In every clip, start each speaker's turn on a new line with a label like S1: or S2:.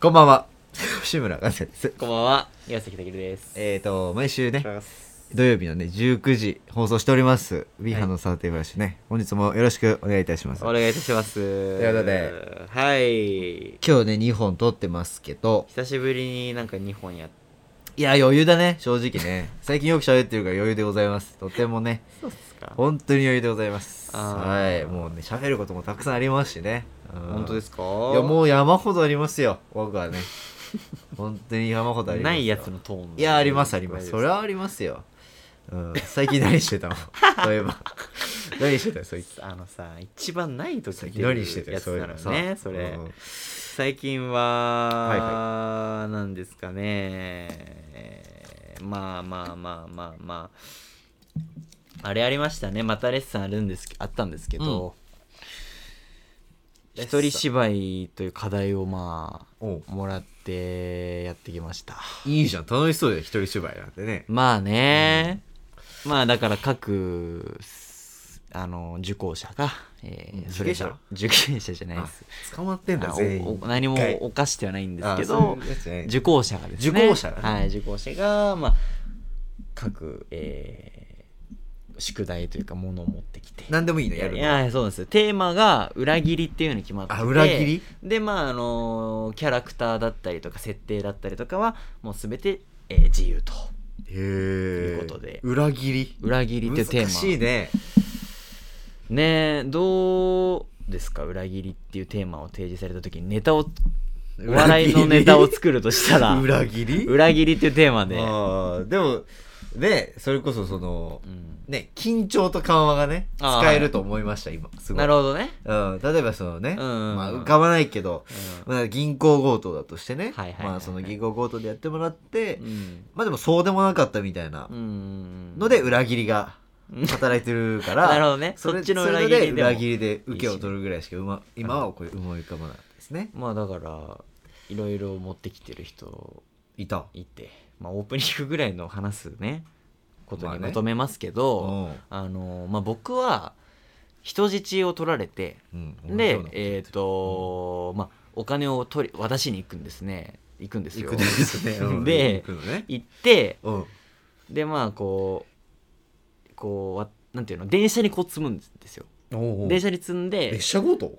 S1: こんばんは。志村和也です。
S2: こんばんは、岩崎武です。
S1: えっ、と、毎週ね、
S2: は
S1: 土曜日のね、19時放送しております。ウィーハンのサーテーブラシね、本日もよろしくお願いいたします。
S2: お願いいたします。という
S1: ことで、
S2: はい。
S1: 今日ね、2本撮ってますけど、
S2: 久しぶりになんか2本やっ
S1: いや、余裕だね、正直 ね。最近よく喋ってるから余裕でございます。とてもね、
S2: そうっすか
S1: 本当に余裕でございます。
S2: あ
S1: は
S2: ー
S1: い、もうね、喋ることもたくさんありますしね。
S2: 本当ですすかい
S1: いや、も
S2: う
S1: う山ほどありますよ、僕はね。本当に山ほどありますよ。
S2: ないやつのトーン。
S1: いや、あります、あります。それはありますよ。うん、最近何してた のそういえば。何してたのそいつ。
S2: あのさ、一番ない時
S1: 最
S2: に
S1: 近
S2: 出
S1: 何してた
S2: る
S1: の
S2: やつ
S1: そういえ
S2: な
S1: ば
S2: の
S1: さ
S2: ね、それ。
S1: うん
S2: 最近
S1: はい
S2: は、なんですかね。まあまあまあまあまあ。あれありましたね。またレッスンあるんですけ、あったんですけど。
S1: レッ
S2: 一人
S1: サー
S2: 芝居という課題をま
S1: おう
S2: あもらってやってきました
S1: いいじゃん。楽しそうだよ、一人芝居なんてね。
S2: まあね、まあだから各あの受講者が、えー
S1: うん
S2: それ
S1: 受刑者
S2: 受刑者じゃないで
S1: あ
S2: す、
S1: 捕まってんだ、
S2: あ
S1: 全
S2: お
S1: 員。
S2: お何も
S1: 一回
S2: 犯してはないんです
S1: あ
S2: け
S1: そ
S2: ど
S1: ういうやつね
S2: 受講者がですね
S1: 受講者がね
S2: はい受講者がまあ各、えー宿題というかものを持ってきて
S1: 何でもいいの、やる
S2: い
S1: の。
S2: やいやそうなんですよテーマが裏切りっていうのに決まってて
S1: あ裏切り
S2: でまああのーキャラクターだったりとか設定だったりとかはもう全て、えー自由と
S1: へ
S2: いう
S1: え
S2: ことで
S1: 裏切り。
S2: 裏切りっていうテーマ
S1: 難しいね。
S2: ねえどうですか裏切りっていうテーマを提示された時にネタをお笑いのネタを作るとしたら
S1: 裏切り
S2: 裏切りっていうテーマで、
S1: あーでも、ね、それこそその
S2: う、ん
S1: ね、緊張と緩和がね、
S2: あー
S1: 使えると思いました、今。すごい。
S2: なるほどね、
S1: うん、例えばそのね、
S2: うんうんうん
S1: まあ、浮かばないけど、まあ、銀行強盗だとしてね、
S2: はいはいはいはい
S1: まあ、その銀行強盗でやってもらって、
S2: うんうん
S1: まあでもそうでもなかったみたいな
S2: うん
S1: ので裏切りが
S2: うん
S1: 働いてるから
S2: なるほどね
S1: そ
S2: そ
S1: れ
S2: っちの
S1: そ
S2: 裏
S1: れ
S2: 切り
S1: で
S2: でも
S1: 裏切りで受けを取るぐらいしかうま今はこういう思い浮かばないですね
S2: まあだからいろいろ持ってきてる人
S1: いた
S2: いて、まあ、オープニングぐらいの話すねこと
S1: まあ
S2: に
S1: ね
S2: まとめますけ
S1: う
S2: ど、
S1: ん、
S2: あのまあ、僕は人質を取られて
S1: うん、
S2: で
S1: 同じようなこと
S2: えっ、と、まあ、お金を取り渡しに行くんですね行くんです
S1: 行
S2: よ
S1: くんですねうん行
S2: で
S1: くのね
S2: 行って
S1: うん
S2: でまあこうこうわなんていうの電車にこう積むんですよ
S1: おうおう
S2: 電車に積んで
S1: 列車強盗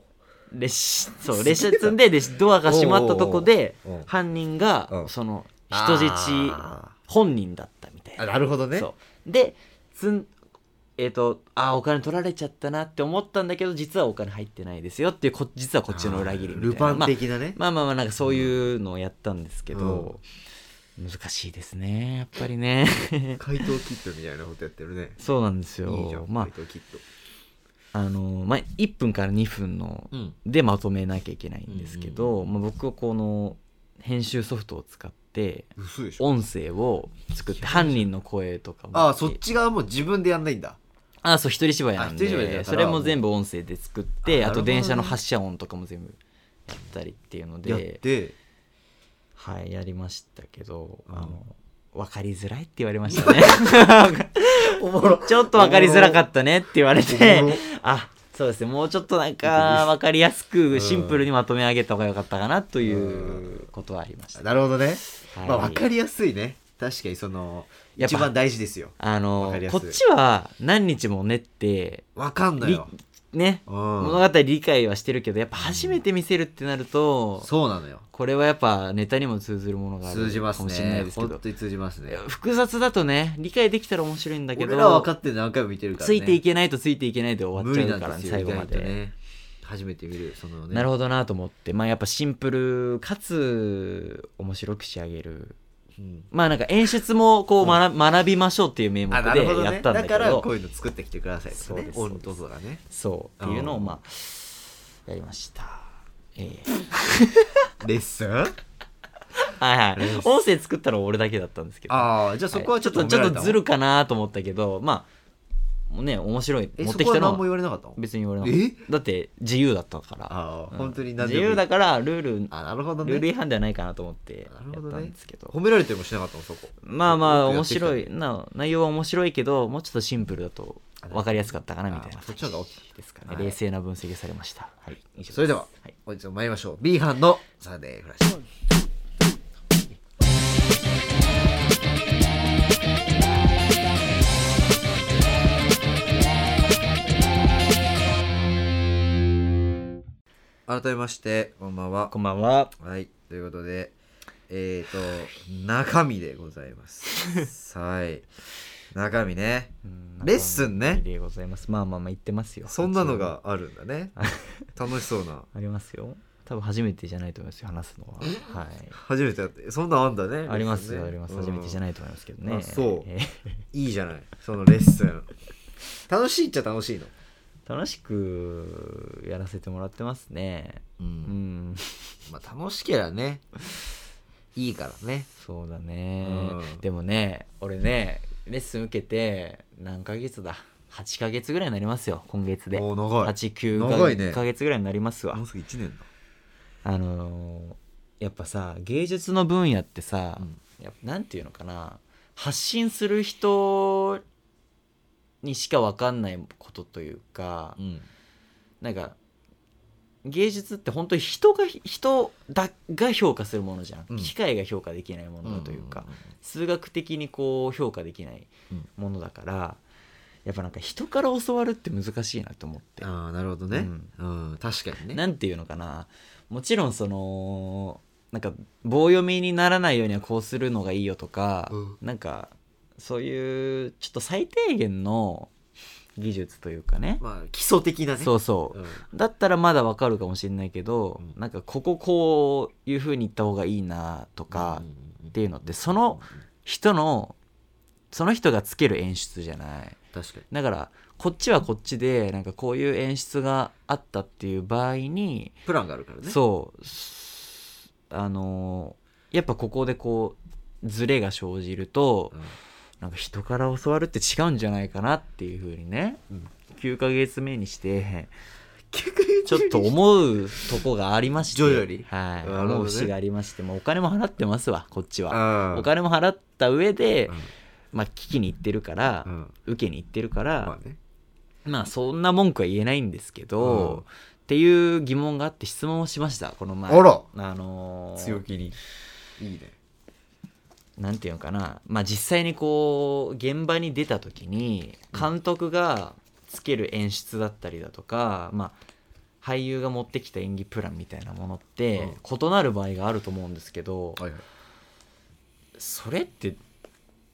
S2: 列車
S1: す
S2: そう
S1: げえ
S2: 列車に積んででドアが閉まったとこで
S1: おうおうおううん
S2: 犯人
S1: う
S2: が
S1: ん
S2: その人質
S1: あ
S2: 本人だったみたい
S1: ーあ
S2: な
S1: なるほどね
S2: そうでつんえっ、とあーお金取られちゃったなって思ったんだけど実はお金入ってないですよっていうこ実はこっちの裏切りみたいな
S1: ルパン的なね、
S2: まあ、まあまあまあなんかそういうのをやったんですけど、難しいですねやっぱ りね
S1: 怪盗キットみたいなことやってるね
S2: そうなんですよ
S1: いいじゃん、
S2: まあ
S1: 怪盗キット
S2: あのーまあ1分から2分の
S1: うん
S2: でまとめなきゃいけないんですけど、まあ、僕はこの編集ソフトを使って
S1: 嘘でしょ
S2: 音声を作って犯人の声とかも
S1: ああそっち側も自分でやんないんだ
S2: あそう一人芝居なん
S1: あ一人芝居だから
S2: でそれも全部音声で作って
S1: あ
S2: あ
S1: なるほど
S2: と
S1: ね
S2: 電車の発車音とかも全部やったりっていうの
S1: やっ
S2: で
S1: て
S2: はいやりましたけど、
S1: うん
S2: あの分かりづらいって言われましたね
S1: おもろ
S2: ちょっと分かりづらかったねって言われて
S1: おもろ
S2: あそうですねもうちょっとなんか分かりやす
S1: うん
S2: くシンプルにまとめ上げた方が良かったかなということはありました、
S1: なるほどね、
S2: はい
S1: まあ分かりやすいね確かにその
S2: やっ
S1: 一
S2: ぱ
S1: 番大事ですよ
S2: あ
S1: わ
S2: の
S1: かりやす
S2: こ
S1: い
S2: っちは何日も練って
S1: 分かんのよ、
S2: ね
S1: う
S2: 物
S1: ん、
S2: 語理解はしてるけどやっぱ初めて見せるってなると、
S1: そうなのよ
S2: これはやっぱネタにも通ずるものがある
S1: 通じます
S2: かもしれない
S1: ね
S2: ですけ
S1: 本
S2: ど
S1: 当に通じますね
S2: 複雑だとね理解できたら面白いんだけど
S1: 俺らは分かって何回も見てるから、
S2: つ
S1: ね、
S2: いていけないとついていけないで終わ
S1: 無
S2: っち
S1: 理な
S2: ゃうんから、
S1: です
S2: ね、
S1: よ
S2: 最後
S1: 意
S2: ま
S1: 外と
S2: で、
S1: ね初めて見るそのね
S2: なるほどなと思ってまあやっぱシンプルかつ面白く仕上げる
S1: うん
S2: まあなんか演出もこう学,、学びましょうっていう名目
S1: あな
S2: で
S1: るほど
S2: や
S1: ね
S2: ったんだ
S1: だ
S2: け
S1: から
S2: ど
S1: こういうの作ってきてくださいと
S2: そう
S1: かね
S2: です
S1: 音とかがね
S2: そうっていうのをまあやりましたええ
S1: レッスン
S2: はいはい音声作ったのは俺だけだったんですけど
S1: ああじゃあそこはちょっと
S2: はいちょっとず
S1: る
S2: るかなと思ったけどまあもうね面白い
S1: え
S2: 持っ
S1: そ
S2: て
S1: こ
S2: き
S1: は
S2: た
S1: 何も
S2: の
S1: 言
S2: は
S1: われなかったの
S2: 別に言われなかった
S1: え
S2: だって自由だったから
S1: ああ、
S2: うん
S1: 本当に何で
S2: 自
S1: もいい
S2: 由だからルール
S1: あなるほど
S2: ルール
S1: ね
S2: 違反ではないかなと思って
S1: なる
S2: や
S1: ほど
S2: った
S1: ね
S2: んですけど
S1: 褒められてもしなかったのそこ
S2: まあまあ
S1: よ
S2: 面
S1: くやってきたね
S2: 白いな内容は面白いけどもうちょっとシンプルだと
S1: かな
S2: 分かりやすかったかなみたい
S1: あ
S2: な
S1: ーそっちの方が大きい
S2: ですかね、
S1: はい
S2: 冷静な分析されましたはい以上す
S1: それでは、
S2: はい
S1: 本日も参りましょう B 班のサンデーフラッシュ改めましてこんばんは
S2: こんばんは
S1: はいということでえっ、ー、と中身でございます はい中身ねレッスンね
S2: でございますまあまあまあ言ってますよ
S1: そんなのがあるんだね楽しそうな
S2: ありますよ多分初めてじゃないと思いますよ話すのははい
S1: 初めてだってそんなんあんだね
S2: あります
S1: レッスン
S2: よ
S1: ね
S2: あります
S1: うん
S2: 初めてじゃないと思いますけどね
S1: あそう
S2: え
S1: いいじゃないそのレッスン楽しいっちゃ楽しいの
S2: ー楽しくやらせてもらってますね
S1: う、
S2: うんん
S1: まあ、楽しけりゃねいいからね
S2: そうだね
S1: うん
S2: でもね俺ねレッスン受けて何ヶ月だ8ヶ月ぐらいになりますよ今月で
S1: おー長い長いね
S2: 89ヶ月ぐらいになりますわ、
S1: うすぐ1年だ
S2: あのーやっぱさ芸術の分野ってさ、
S1: うん
S2: やっぱなんていうのかな発信する人にしか分かんないことというか、
S1: うん
S2: なんか芸術って本当に人が人だが評価するものじゃん、
S1: うん
S2: 機械が評価できないものだというか、数学的にこう評価できない
S1: うん
S2: ものだから、やっぱなんか人から教わるって難しいなと思って
S1: ああなるほどねうん、確かにね
S2: なんていうのかなもちろんそのなんか棒読みにならないようにはこうするのがいいよとか、
S1: うん
S2: なんかそういうちょっと最低限の技術というかね、
S1: まあ基礎的なね
S2: そうそう、
S1: うん
S2: だったらまだわかるかもしれないけど、
S1: うん
S2: なんかこここういう風に言った方がいいなとか、っていうのってその人のその人がつける演出じゃない
S1: 確かに
S2: だからこっちはこっちでなんかこういう演出があったっていう場合に
S1: プランがあるからね
S2: そうすあのーやっぱここでこうズレが生じると
S1: うん
S2: なんか人から教わるって違うんじゃないかなっていうふうにね、
S1: うん
S2: 9ヶ月目にして
S1: 逆に
S2: ちょっと思うとこがありまして
S1: 徐々に
S2: は
S1: な
S2: い、
S1: るほどね
S2: 思う節がありましてもうお金も払ってますわこっちは、
S1: あー
S2: お金も払った上で、
S1: うん
S2: まあ聞きに行ってるから、
S1: うん
S2: 受けに行ってるから、
S1: まあね
S2: まあそんな文句は言えないんですけど、っていう疑問があって質問をしましたこの前
S1: あら
S2: あのー
S1: 気にいいね
S2: なんていうのかなまあ実際にこう現場に出た時に監督がつける演出だったりだとか、まあ俳優が持ってきた演技プランみたいなものって異なる場合があると思うんですけど、
S1: はいはい
S2: それって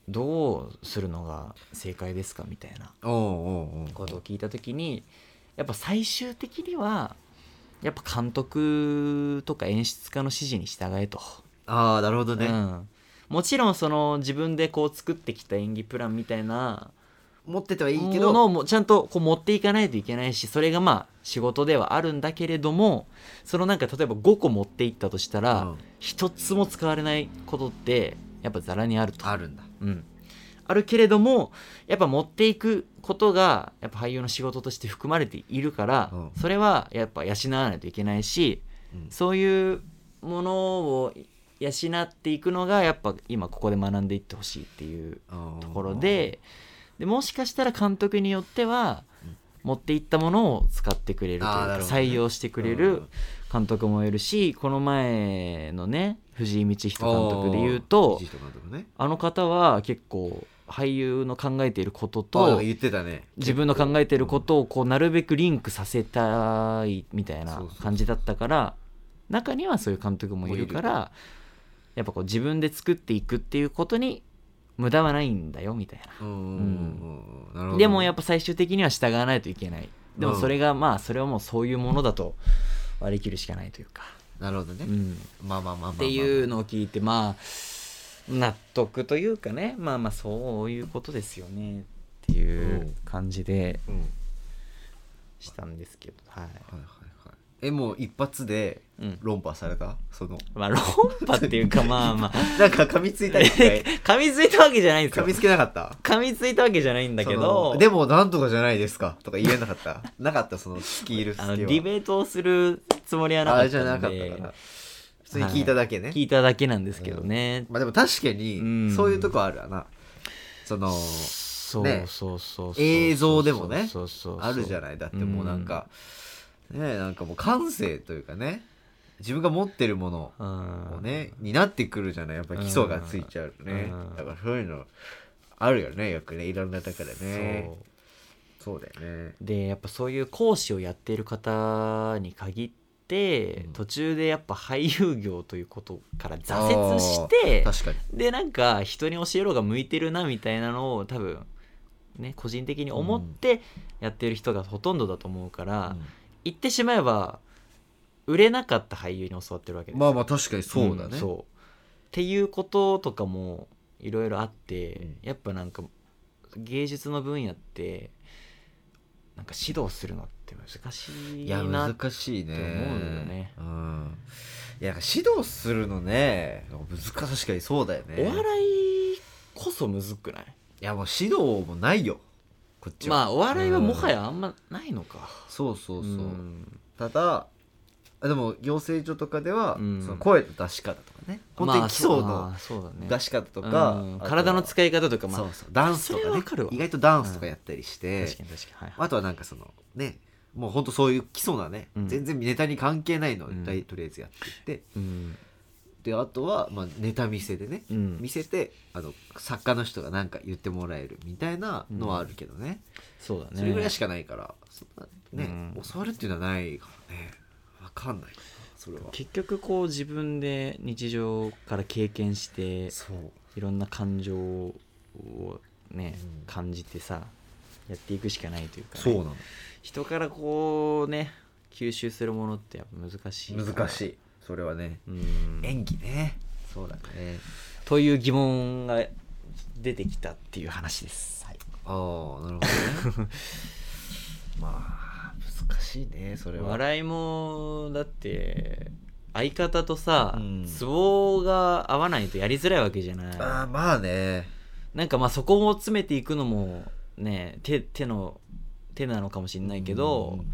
S2: どうするのが正解ですかみたいな
S1: おうおうおう
S2: ことを聞いた時にやっぱ最終的にはやっぱ監督とか演出家の指示に従えと、
S1: ああなるほどね、
S2: うん、もちろんその自分でこう作ってきた演技プランみたいな
S1: 持っててはいいけ
S2: もの
S1: ど
S2: をもちゃんとこう持っていかないといけないしそれがまあ仕事ではあるんだけれどもそのなんか例えば5個持っていったとした
S1: う
S2: ら
S1: ん
S2: 1つも使われないことってやっぱざらにあると。
S1: あるんだ
S2: うん、あるけれどもやっぱ持っていくことがやっぱ俳優の仕事として含まれているから、
S1: うん
S2: それはやっぱ養わないといけないし
S1: うん
S2: そういうものを養っていくのがやっぱ今ここで学んでいってほしいっていう
S1: と
S2: ところででもしかしたら監督によっては持っていったものを使ってくれるという
S1: あーな
S2: か、
S1: るほどね
S2: 採用してくれる監督もいるしこの前のね藤井道人監督で言うと
S1: 藤井人監督ね
S2: あの方は結構俳優の考えていること
S1: あなん
S2: と
S1: か言ってたね
S2: 自分の考えていることをこうなるべくリンクさせたいみたい
S1: そう
S2: な
S1: そう
S2: 感じだったから中にはそういう監督もいるか
S1: もう
S2: らやっぱこう自分で作っていくっていうことに無駄はないんだよみたい
S1: うんうんうんうんなるほ
S2: な
S1: ど
S2: でもやっ
S1: ぱ
S2: ぱ最終的には従わないといけないでも
S1: うん
S2: それがまあそれはもうそういうものだと割り切るしかないというか、
S1: なるほどね
S2: うん、
S1: まあまあまあまあまあ
S2: っていうのを聞いてまあ納得というかねまあまあそういうことですよねってい
S1: うん
S2: う感じで
S1: うんはい
S2: したんですけどはい、
S1: はいはいえもう一発で
S2: うん、
S1: 論破されたその
S2: まあ論破っていうかまあま あ
S1: なんか噛みついたり 一回
S2: 噛みついたわけじゃないんです
S1: 噛
S2: よ
S1: みつけなかった
S2: 噛みついたわけじゃないんだけ
S1: そ
S2: ど
S1: のでもなんとかじゃないですかとか言えなかった なかったそのスキルスキ
S2: あ
S1: ル
S2: のディベートをするつもりはなか
S1: あ
S2: っ
S1: じゃな
S2: た
S1: か
S2: ん
S1: った
S2: で
S1: から普通に聞いただけね、
S2: 聞いただけなんですけどね、
S1: まあでも確か
S2: う
S1: に
S2: ん
S1: そういうとこあるわな、その
S2: そう
S1: ね
S2: そうそうそう
S1: 映像でもね
S2: そうそうそう
S1: あるじゃないだってもうなんか、ねなんかもう感性というかね自分が持ってるもの
S2: うん
S1: をね、になってくるじゃないやっぱり基礎がついちゃうとね、
S2: うん
S1: だからそういうのあるよねよくねいろんなだからね
S2: そ
S1: そ
S2: う
S1: うだよね
S2: でやっぱそういう講師をやっている方に限っ
S1: う
S2: て、
S1: ん
S2: 途中でやっぱ俳優業ということから挫折して
S1: 確かに
S2: でなんか人に教えろが向いてるなみたいなのを多分ね個人的に思ってやってる人がほとんどだと思うから、言ってしまえば売れなかった俳優に教わってるわけ
S1: う
S2: で
S1: ん
S2: す
S1: まあまあ確かにそうだね、
S2: んそうっていうこととかもいろいろあって、
S1: うん
S2: やっぱなんか芸術の分野ってなんか指導するのって難しい
S1: いや
S2: な
S1: 難しいね
S2: って思うよね
S1: うんいや指導するのね難し確かにそうだよね
S2: お笑いこそむずくない
S1: いやもう指導もないよこっちは
S2: まあお笑いはもはやあんまないのか、
S1: そうそうそう、
S2: ん
S1: ただあでも養成所とかでは、
S2: うん
S1: その声の出し方とかね本当に基礎の
S2: まあそうあそうだね
S1: 出し方とか、
S2: うん
S1: あとは
S2: 体の使い方とかまあ
S1: そうそうダンスと
S2: それ
S1: か
S2: は
S1: ね
S2: わかるわ
S1: 意外とダンスとかやったりして、
S2: 確かに確かにはい、
S1: あとはなんかそのねもうほんとそういう基礎なね、
S2: うん
S1: 全然ネタに関係ないのを
S2: うん
S1: とりあえずやっていって、
S2: うん
S1: であとは、まあ、ネタ見せでね、
S2: うん
S1: 見せてあの作家の人が何か言ってもらえるみたいなのはあるけどね、
S2: そうだね
S1: それぐらいしかないからそんなね、
S2: うん
S1: 教わるっていうのはないからね分かんないそれは
S2: 結局こう自分で日常から経験して
S1: そう
S2: いろんな感情をね、
S1: うん
S2: 感じてさやっていくしかないというかね、
S1: そうなの
S2: 人からこうね吸収するものってやっぱ難しいから
S1: 難しいそれはね
S2: うん
S1: 演技ねそうだね
S2: という疑問が出てきたっていう話です、はい
S1: ああなるほどね まあ難しいねそれは
S2: 笑いもだって相方とさ
S1: うん
S2: ツボ、が合わないとやりづらいわけじゃない
S1: ああまあね
S2: なんかまあそこを詰めていくのもね手手の手なのかもしれないけど、
S1: うんうん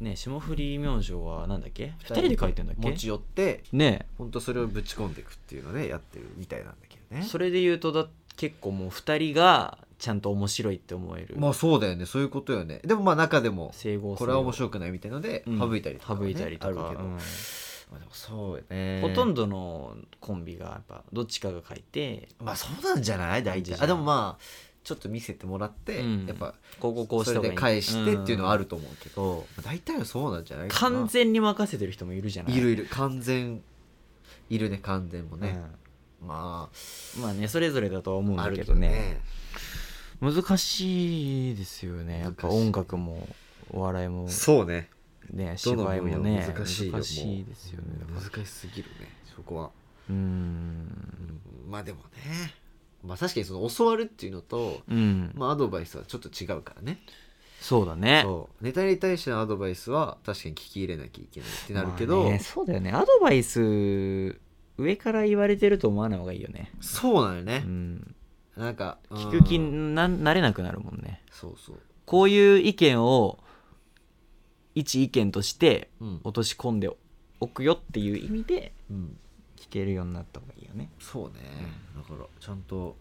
S2: ね霜降り明星はなんだっけ
S1: うん
S2: 2人で書いてんだっ
S1: 持ち
S2: け
S1: 寄って
S2: ね
S1: 本当それをぶち込んでいくっていうのねやってるみたいなんだけどね
S2: それで言うとだ結構もう2人がちゃんと面白いって思える、
S1: まあそうだよねそういうことよねでもまあ中でも
S2: 整合性を
S1: これは面白くないみたいので
S2: うん
S1: 省いたりとかね、
S2: 省いたりとか、
S1: あるけど、
S2: うん
S1: まあでもそうよね
S2: ほとんどのコンビがやっぱどっちかが書いて
S1: まあそうなんじゃない大体
S2: 感じじゃん
S1: あでもまあちょっと見せてもらって、
S2: うん
S1: やっぱ
S2: こうこうこうし
S1: そ
S2: た
S1: れ
S2: 方がい
S1: で返
S2: い
S1: してっていうのはあ
S2: る、
S1: ると思うけど、まあ大体はそうなんじゃないかな
S2: 完全に任せてる人もいるじゃない
S1: いるいる完全いるね完全もね、ま
S2: うんまあねそれぞれだとは思うん
S1: ああ
S2: だ
S1: る
S2: け
S1: け
S2: ど
S1: ど
S2: ね
S1: ね
S2: 難しいですよねやっぱ
S1: 難しい
S2: 音楽もお笑いも
S1: そうね
S2: ね
S1: どの
S2: 芝居
S1: 分
S2: も
S1: 野も
S2: ね
S1: 難しいよ
S2: 難しいですよねだ
S1: も
S2: から
S1: う難しすぎるねそこは、
S2: うー
S1: うんんまあでもねまあ確かにその教わるっていうのと、
S2: うん、
S1: まあ、アドバイスはちょっと違うからね
S2: そうだね
S1: そうネタに対してのアドバイスは確かに聞き入れなきゃいけないってなるけど、
S2: まあねそうだよねアドバイス上から言われてると思わない方がいいよね、
S1: そうなのよね
S2: う、ん、
S1: なんかうん
S2: 聞く気にななれなくなるもんね
S1: そうそう
S2: こういう意見を一意見として
S1: うん、
S2: 落とし込んでおくよっていう意味で
S1: うん、
S2: 聞けるようになった方がいいよね
S1: そうねだからちゃんと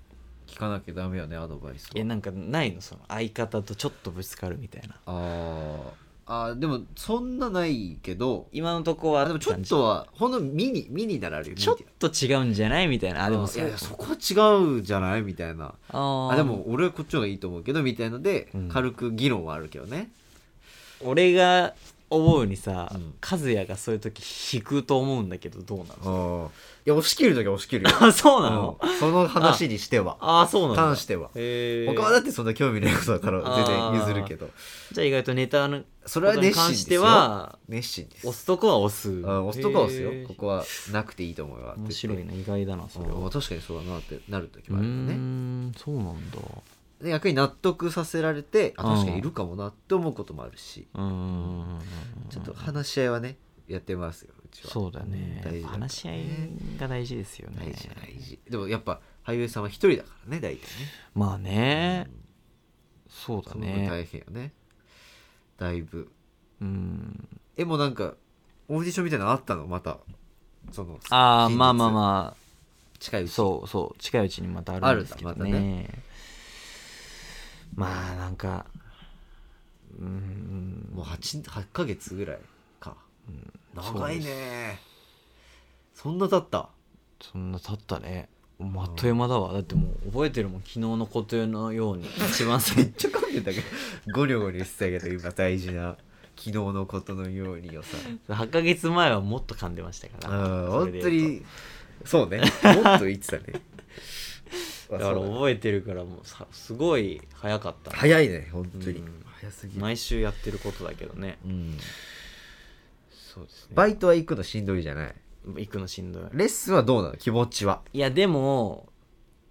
S1: 聞かなきゃダメよねアドバイス
S2: え
S1: は
S2: なんかないのその相方とちょっとぶつかるみたいな
S1: あーあーでもそんなないけど
S2: 今のとこは
S1: あでもちょっとはほんのミニミニならあるよ
S2: ちょっ
S1: ミニ
S2: と違うんじゃないみたいなあでも
S1: うんい
S2: そう
S1: やいやそこは違うじゃないみたいな
S2: あー
S1: あでも俺はこっちの方がいいと思うけどみたいので、
S2: うん
S1: 軽く議論はあるけどね
S2: 俺が思うにさ、
S1: うん
S2: 和也がそういう時引くと思うんだけどどうなの
S1: あいや押し切る時は押し切るよ
S2: あそうなの、
S1: うんその話にしては
S2: ああそうなの
S1: 関しては
S2: へー
S1: 他はだってそんな興味ないことだから
S2: あー
S1: 全然譲るけど
S2: じゃあ意外とネタの
S1: それは熱心
S2: 関
S1: で
S2: し
S1: す
S2: て
S1: よ
S2: は
S1: 熱心です
S2: 押すとこは押す、
S1: うん押すとこは押すよ
S2: へー
S1: ここはなくていいと思うわって言っ
S2: 面
S1: て
S2: 白いな意外だなそれは
S1: うんまあ
S2: う
S1: 確かにそうだなってなる時
S2: ー
S1: もあるよね
S2: んそうなんだ
S1: で逆に納得させられてあ
S2: うん
S1: 確かにいるかもなって思うこともあるし
S2: うーん
S1: ちょっと話し合いはねやってますようちは
S2: そうだね
S1: 大事だからね
S2: やっぱ話し合いが大事ですよね
S1: 大事大事でもやっぱ俳優さんは一人だからね大体
S2: まあ
S1: ね
S2: ね、そうだ
S1: その分
S2: ね
S1: 大変よねだいぶ
S2: うん
S1: えもうなんかオーディションみたいなのあったのまたその
S2: ああ
S1: 近日
S2: まあまあまあ
S1: 近いうち
S2: そうそう近いうちにまたあるんですけどね
S1: あるんだまた
S2: まあなんかうん
S1: もう 8, 8ヶ月ぐらいか
S2: うん
S1: 長い
S2: そうです
S1: ねそんな経った
S2: そんな経ったねもうあっという間だわだってもう覚えてるもん昨日のことのように一番
S1: めっ
S2: 最
S1: ちゃ噛んでたけどゴリョゴリしてたけど今大事な昨日のことのようによ さ
S2: 8ヶ月前はもっと噛んでましたか
S1: う
S2: ら
S1: ん
S2: そ
S1: 本
S2: れで
S1: 当
S2: 言う
S1: にそうねもっと言って たね
S2: と
S1: あ
S2: だから
S1: そうだ
S2: 覚えてるからもうさすごい早かった
S1: 早いね本当に
S2: うん
S1: 早すぎる、
S2: 毎週やってることだけどね
S1: うん、
S2: そうです
S1: バイトは行くのしんどいじゃない
S2: 行くのしんどい
S1: レッスンはどうなの気持ちはい
S2: やでも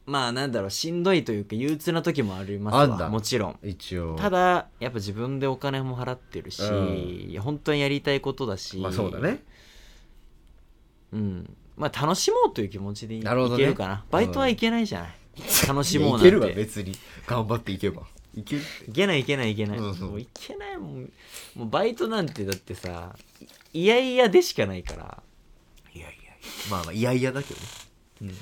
S2: まあなんだろうしんどいというか憂鬱な時もあります
S1: あんだ
S2: わもちろん
S1: 一応
S2: ただやっぱ自分でお金も払ってるし、
S1: うん
S2: いや本当にやりたいことだし
S1: まあそうだね
S2: うんまあ楽しもうという気持ちでい
S1: なるほどね
S2: いけるかなバイトはいけないじゃない、楽しもう
S1: い
S2: なん
S1: や
S2: て
S1: いけるわ別に頑張っていけばいける
S2: いけないいけないいけない、
S1: うんうん
S2: もういけないもうもうバイトなんてだってさいいやいやでしかないから、
S1: いやいやまあまあいやいやだけどね
S2: うん、
S1: でも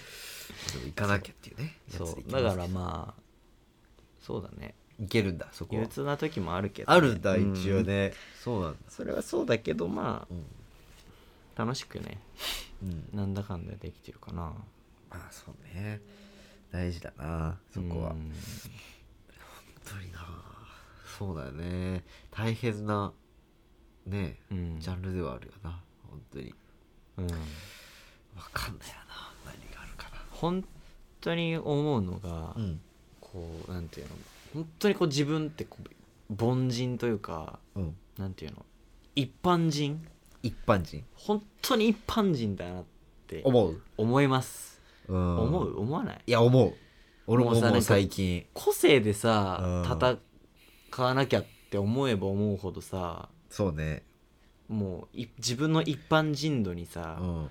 S1: 行かなきゃっていうね
S2: そ
S1: やつで行
S2: う
S1: き
S2: だ
S1: ます
S2: からまあそうだね
S1: いけるんだそこ
S2: 憂
S1: は
S2: 鬱な時もあるけどね、
S1: あるんだ一応
S2: うん
S1: ね、そうなんだ
S2: それはそうだけどま
S1: うん、
S2: あ楽しくね
S1: うん、
S2: なんだかんだできてるかな
S1: まあそうね大事だなそこは、
S2: うん
S1: 本当になそうだよね大変なね
S2: うん
S1: ジャンルではあるよな本当に
S2: うん
S1: わかんないよな何があるか
S2: 本当に思うのが、
S1: なうん
S2: こうなんていうの本当にこう自分ってこう凡人というか
S1: うん
S2: なんていうの一般人
S1: 一般人
S2: 本当に一般人だなって
S1: 思う、
S2: 思います、
S1: うん、
S2: 思う思わない
S1: いや思う俺も
S2: もうさ
S1: 思
S2: な
S1: うん
S2: か
S1: 最近
S2: 個性でさ
S1: うん
S2: 戦わなきゃって思えば思うほどさ
S1: そうね
S2: もうい自分の一般人度に
S1: う
S2: さ、
S1: ん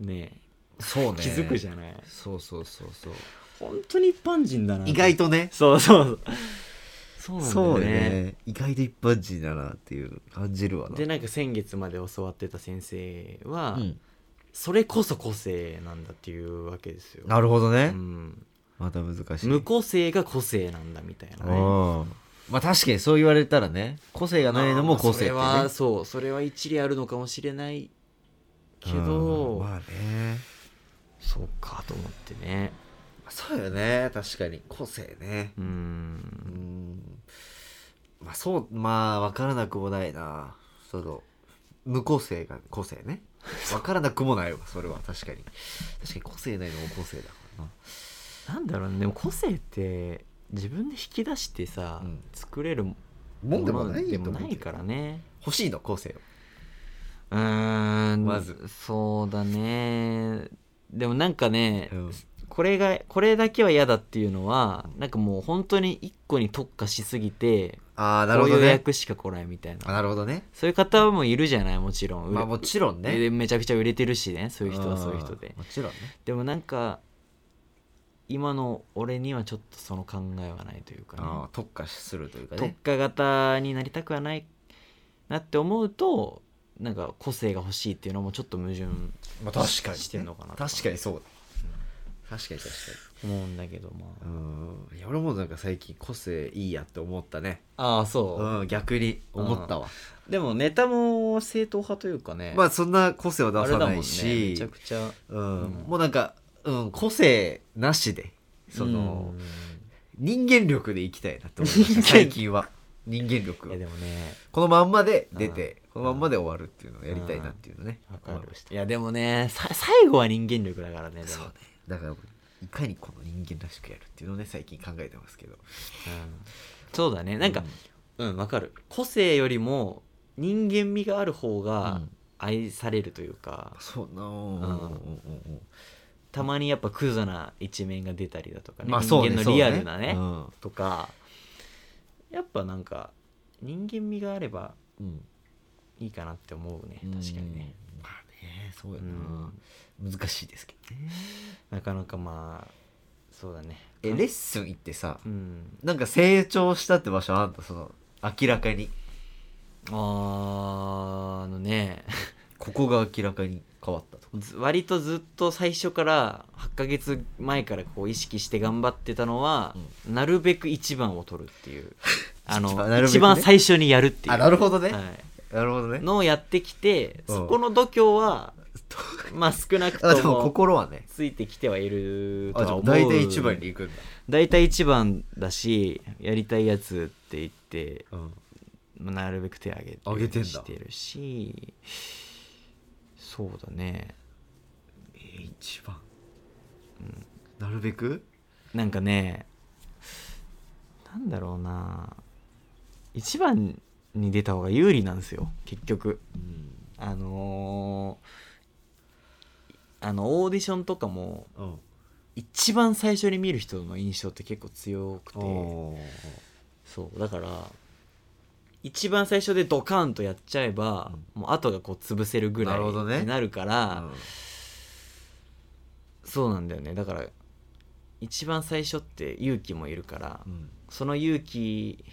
S2: ね
S1: そうね
S2: 気づくじ
S1: ゃん
S2: ゃない
S1: そうそうそうそう
S2: 本当に一般人だな
S1: 意外とね
S2: そうそうそう
S1: そ
S2: そううなんだよね
S1: ね意外と一般人だなっていうの感じるわな
S2: でなんか先月まで教わってた先生は、
S1: うん、
S2: それこそ個性なんだっていうわけですよ、
S1: なるほど
S2: う
S1: ね、
S2: ん、
S1: また難しい
S2: 無個性が個性なんだみたいなね
S1: うんまあ確かにそう言われたらね個性がないのも個性って、ね、
S2: まあそれはそうそれは一理あるのかもしれないけ
S1: うん
S2: ど、
S1: まあね
S2: そうかと思ってね
S1: そうよね確かに個性ね
S2: う
S1: うんんまあそうまあ分からなくもないなその無個性が個性 ね分からなくもないわそれは確かに確かに個性ないのも個性だからな
S2: なんだろうねでも個性って自分で引き出してさ、
S1: うん
S2: 作れるも
S1: もんでも
S2: の
S1: ない
S2: で
S1: よと
S2: も
S1: 思う
S2: ないからね
S1: 欲しいの個性を
S2: うーん
S1: まず
S2: そうだねでもなんかね、
S1: うん
S2: これがこれだけは嫌だっていうのはなんかもう本当に一個に特化しすぎて
S1: ああなる
S2: こ
S1: ほ
S2: う
S1: ど
S2: いう
S1: ね
S2: 役しか来ないみたい
S1: あ
S2: な
S1: なるほどね
S2: そういう方もいるじゃないもちろん、
S1: まあもちろんね
S2: でめちゃくちゃ売れてるしねそういう人はそういう人
S1: ん
S2: で
S1: もちろんね
S2: でもなんか今の俺にはちょっとその考えはないというかね
S1: あー特化するというか
S2: 特
S1: ね
S2: 化型になりたくはないなって思うとなんか個性が欲しいっていうのもちょっと矛盾
S1: まあ
S2: 確かにねしてんのかな
S1: 確かにそうだ確かに確
S2: 思うんだけどま
S1: かにうんいや俺もなんか最近個性いいやって思ったね
S2: あああそ
S1: うん逆に思ったわ
S2: うでもネタも正統派というかね
S1: まあそんな個性は
S2: あ
S1: 出さ
S2: れだもん
S1: な
S2: ね
S1: い
S2: め
S1: し
S2: ちゃくちゃ
S1: うん
S2: うん
S1: もうなんかうん個性なしでその
S2: うん
S1: 人間力でいきたいなって思いました最近は人間
S2: いや
S1: 力
S2: でもね
S1: このまんまで出てこのまんまで終わるっていうのをやりたいなっていうのね
S2: わか
S1: 思い
S2: る
S1: ました
S2: いやでもねさ最後は人間力だからねでも
S1: そうねだからいかにこの人間らしくやるっていうのをね最近考えてますけど
S2: うんそうだねなんかうんわかる個性よりも人間味がある方
S1: う
S2: が
S1: ん
S2: 愛されるというか
S1: そうなうんうんうん
S2: たまにやっぱクズな一面が出たりだとか
S1: うん
S2: ね
S1: まあ
S2: 人
S1: そう
S2: 間
S1: ね
S2: のリアルな
S1: そう
S2: ね
S1: うん
S2: とかやっぱなんか人間味があれば
S1: うん
S2: いいかなって思うね確かにね
S1: うんまあねそうや
S2: う
S1: なん難しいですけどね
S2: なかなかまあそうだね
S1: えレッスン行ってさ
S2: うん
S1: なんか成長したって場所あんたその明らかに
S2: あーあのね
S1: ここが明らかに変わったとか
S2: ず割とずっと最初から8ヶ月前からこう意識して頑張ってたのは、なるべく一番を取るっていう あの
S1: 一番
S2: 一番,、
S1: なるべくね
S2: 最初にやるっていう
S1: あなるほどね、
S2: は
S1: なるほど
S2: い、
S1: ね
S2: のをやってきて
S1: うん
S2: そこの度胸 は、まあ少なく
S1: あで
S2: と
S1: も
S2: も
S1: 心はね
S2: ついてきてはいると
S1: あで
S2: は
S1: も
S2: 思う
S1: 大体一番に行くんだ、
S2: 大体一番だしやりたいやつって言って
S1: うん、
S2: まあなるべく手挙げて
S1: 挙げてんだ
S2: してるしそうだね
S1: えー一番、なるべく
S2: なんかねなんだろうな一番に出た方が有利なんですよ結局
S1: うん
S2: あのーあのオーディションとかも
S1: うん
S2: 一番最初に見る人の印象って結構強くて
S1: おー
S2: そうだから一番最初でドカンとやっちゃえば、もう後がこう潰せるぐらい
S1: なるほどね
S2: になるから
S1: うん
S2: そうなんだよねだから一番最初って勇気もいるから、
S1: うん
S2: その勇気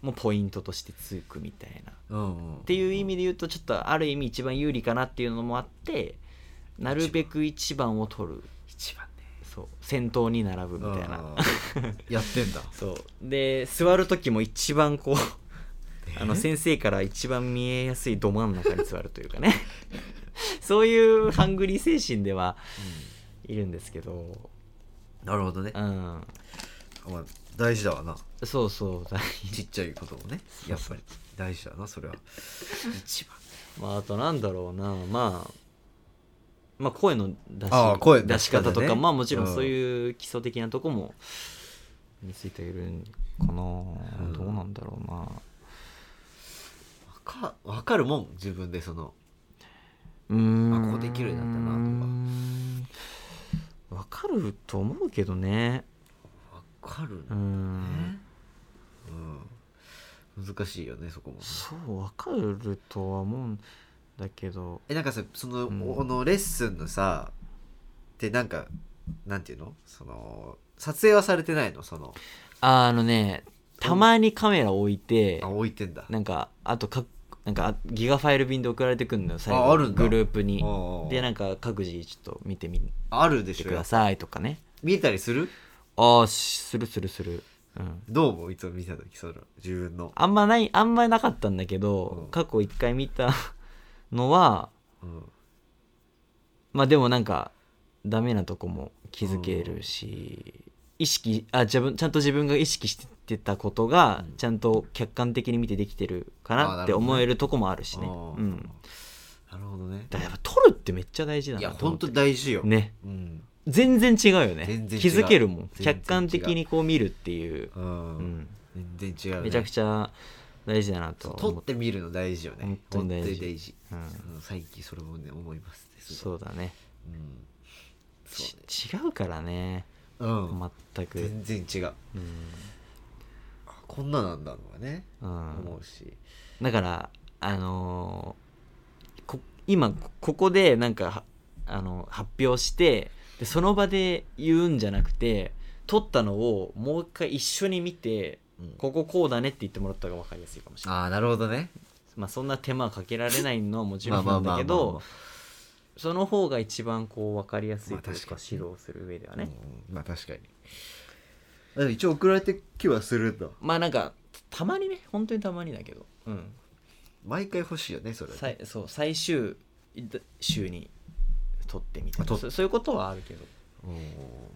S2: もポイントとしてつくみたいなっ
S1: うん
S2: ていう意味で言うとちょっとある意味一番有利かなっていうのもあってなるべく一番を取る
S1: 一番ね
S2: そう先頭に並ぶみたいな、
S1: うんやってんだ
S2: そうで座る時も一番こうあの先生から一番見えやすいど真ん中に座るというかね そういうハングリー精神では
S1: う
S2: いるんですけど
S1: んなるほどね
S2: う、ん
S1: まあ、大事だわな
S2: そうそう 大
S1: ちっちゃいことも ねやっぱり大事だなそれは一番
S2: まあ、あとなんだろうな、まあ、まあ声の出し
S1: ああ声の
S2: 出
S1: 出
S2: し
S1: し方ね
S2: 方とか、まあもちろん
S1: うん
S2: そういう基礎的なとこもについているんかな、
S1: ん
S2: どうなんだろうな
S1: わかわかるもん自分でその
S2: うーん
S1: あここできるようになったなとか
S2: とかわかると思うけどね
S1: わかる
S2: う
S1: のね、
S2: ん
S1: うん、難しいよねそこもね
S2: そうわかるとは思うんだけど
S1: えなんかさその,、
S2: うん
S1: このレッスンのさってなんかなんていうのその撮影はされてないのその
S2: ああのねたまにカメラ置いて、
S1: あ置いてんだ
S2: なんかあとかなんかギガファイル便で送られてくるのよ最
S1: あ
S2: 後
S1: あるんだ
S2: グループに
S1: おうおう
S2: でなんか各自ちょっと見てみて
S1: あるでし
S2: くだ
S1: ょ
S2: さいとかね
S1: 見えたりする
S2: ああするするする、うん、
S1: どう思ういつも見た時その自分の、
S2: あんまないあんまなかったんだけど、
S1: うん
S2: 過去一回見たのは
S1: うん、
S2: まあでもなんかダメなとこも気づけるし、意識あ自分ちゃんと自分が意識してたことが
S1: うん
S2: ちゃんと客観的に見てできてる
S1: あ
S2: か
S1: ー
S2: なっ
S1: な
S2: て
S1: るほどね
S2: 思えるとこもあるしね、
S1: あ
S2: う
S1: ー
S2: ん、
S1: なるほどね
S2: だからやっぱ撮るってめっちゃ大事だ
S1: い
S2: な
S1: や
S2: と
S1: 本
S2: 思って
S1: 当大事よ、
S2: ね
S1: うん
S2: 全然違うよね
S1: 全然違う
S2: 気づけるもん
S1: 全然違う
S2: 客観的にこう見るっていう、
S1: う
S2: うんん
S1: 全然違う、ね、
S2: めちゃくちゃ大事だな
S1: そ
S2: と
S1: う
S2: は
S1: 撮
S2: 思
S1: っ
S2: って
S1: みるの大事よね
S2: 本当に大事
S1: 本大事、
S2: うん
S1: うん最近それもね思いますねすごい
S2: そうだね
S1: うんそうね
S2: ち違うからね
S1: うん
S2: 全く、
S1: 全然違う
S2: うん
S1: あこんななんだのがね、
S2: うん
S1: 思うし
S2: だからあのーこ今こここでなんかはあの発表してでその場で言うんじゃなくて撮ったのをもう一回一緒に見て
S1: うん
S2: こここうだねって言ってもらった方が分かりやすいかもしれない、
S1: ああなるほどね
S2: まあ、そんな手間はかけられないのはもち
S1: ま
S2: ろ
S1: あ
S2: ん
S1: ま
S2: な
S1: あ
S2: ん
S1: まあ
S2: だ
S1: まあ
S2: け
S1: まあ
S2: どその方が一番こう分かりやすいという
S1: まあ
S2: か
S1: 確かに
S2: 指導する上ではね、
S1: うんまあ確かにあでも一応送られてきはするんだ
S2: まあなんかたまにね本当にたまにだけど、うん、
S1: 毎回欲しいよねそれ
S2: さいそう最終週に取ってみたい
S1: あ
S2: な
S1: 撮っ
S2: そそういうことはあるけど
S1: うん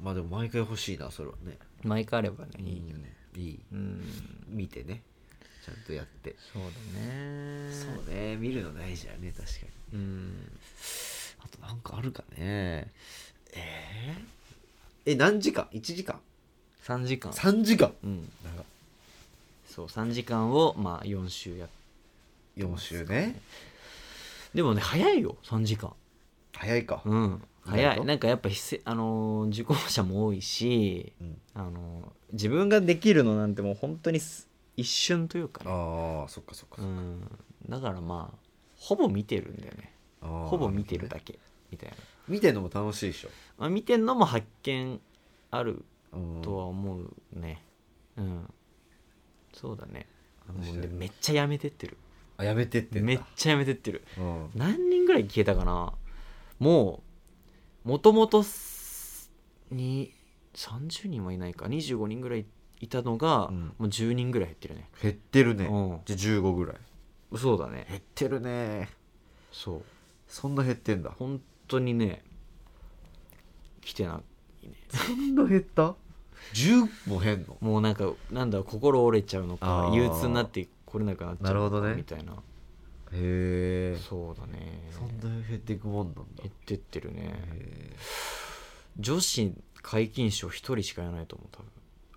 S1: まあでも毎回欲しいなそれはね
S2: 毎回あればねいいよ
S1: ねいい
S2: うん
S1: 見てねちゃんとやって
S2: そうだね
S1: そうね見るの大事だよね確かに
S2: うん
S1: あとなんかあるかねえー、え何時間 ?1 時間
S2: 3時間
S1: ?3 時間
S2: うん
S1: 長
S2: そう3時間をまあ4週やっ
S1: 4週ね
S2: でもね早いよ3時間
S1: 早いか
S2: うん
S1: 意
S2: 早
S1: 外と
S2: いなんかやっぱひせ、あのー受講者も多いし、
S1: うん
S2: あのー自分ができるのなんてもう本当にす一瞬というかね、
S1: ああそっかそっか
S2: うん、だからまあほぼ見てるんだよねほ
S1: ほ
S2: ぼ見てるだけみたいな、
S1: 見てるのも楽しいでしょ
S2: まあ、見てんのも発見ある
S1: うん
S2: とは思うねうん、そうだね
S1: 面
S2: も
S1: 白
S2: う
S1: い
S2: でめっちゃやめてってる
S1: あやめてってんだ
S2: めっちゃやめてってる
S1: うん
S2: 何人ぐらい消えたかなもうもともとに30人もいないか25人ぐらいいたのが、
S1: うん
S2: もう10人ぐらい減ってるね
S1: 減ってるね
S2: うん
S1: じゃあ15ぐらい
S2: そうだね
S1: 減ってるね
S2: そう
S1: そんな減ってんだ
S2: 本当にね来てないね
S1: そんな減った ?10 も減んの
S2: もうなんかなんだろう心折れちゃうのか
S1: あー
S2: 憂鬱になってこれなくなっちゃ
S1: な
S2: うの
S1: るほど
S2: か
S1: ね
S2: みたいな
S1: へえ
S2: そうだね
S1: そんな減っていくもんなんだ
S2: 減ってってるね
S1: へえ
S2: 女子解禁賞一人しかやらないと思う多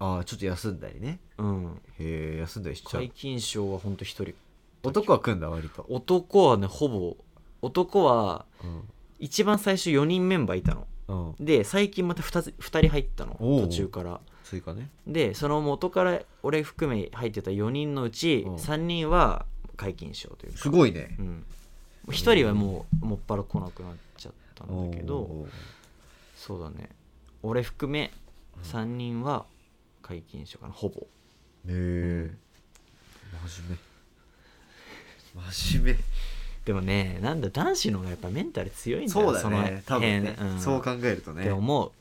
S1: ああちょっと休んだりね
S2: 分うん
S1: へえ休んだりしちゃう
S2: 解禁賞はほんと一人
S1: 男は組んだ割と、
S2: 男はねほぼ男は
S1: うん
S2: 一番最初4人メンバーいたの
S1: うん、
S2: で最近また 2, つ2人入ったの
S1: おう
S2: 途中から
S1: 追加ね
S2: でその元から俺含め入ってた4人のうち
S1: うん
S2: 3人は解禁賞というか
S1: すごいね
S2: うん、1人はもうもっぱら来なくなっちゃったんだけど、
S1: おー
S2: そうだね俺含め
S1: うん
S2: 3人は解禁しようかなほぼ
S1: ねえ真面目真面
S2: でもねなんだ男子の方がやっぱメンタル強いん
S1: 目
S2: だよ
S1: そうだね
S2: そ
S1: 多
S2: の
S1: 分ね、
S2: 辺ん
S1: そう考えると
S2: っ
S1: ね
S2: て思う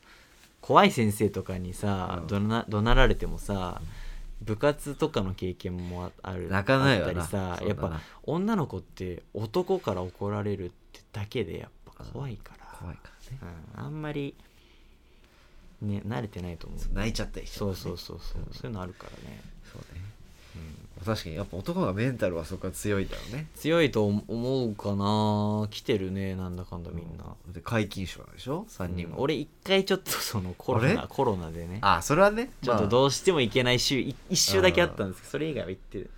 S2: 怖い先生とかにさ、
S1: うん
S2: どな怒鳴られてもさ部活とかの経験もあある
S1: 泣かない
S2: あっ
S1: わ
S2: たり
S1: な
S2: さ
S1: そう
S2: や
S1: だ
S2: っ
S1: な
S2: ぱ女の子って男から怒られるってだけでやっぱ怖いから、
S1: 怖いからね
S2: うん、あんまりね慣れてないと思う
S1: そう泣いちゃったりしちゃ
S2: そうそう
S1: そ
S2: そうそう、
S1: うん
S2: そういうのあるからね、
S1: うね
S2: うん
S1: 確かにやっぱ男がメンタルはそこは強いんだろうね
S2: 強いと思うかな来てるねなんだかんだみんな、
S1: で解禁賞なんでしょ3人
S2: うん
S1: も、
S2: 俺一回ちょっとそのコロ
S1: あ
S2: ナ
S1: れ
S2: コロナでね
S1: あそれはね
S2: ちょっと
S1: まあ
S2: どうしても行けない週い一週だけあったんですけどそれ以外は行ってる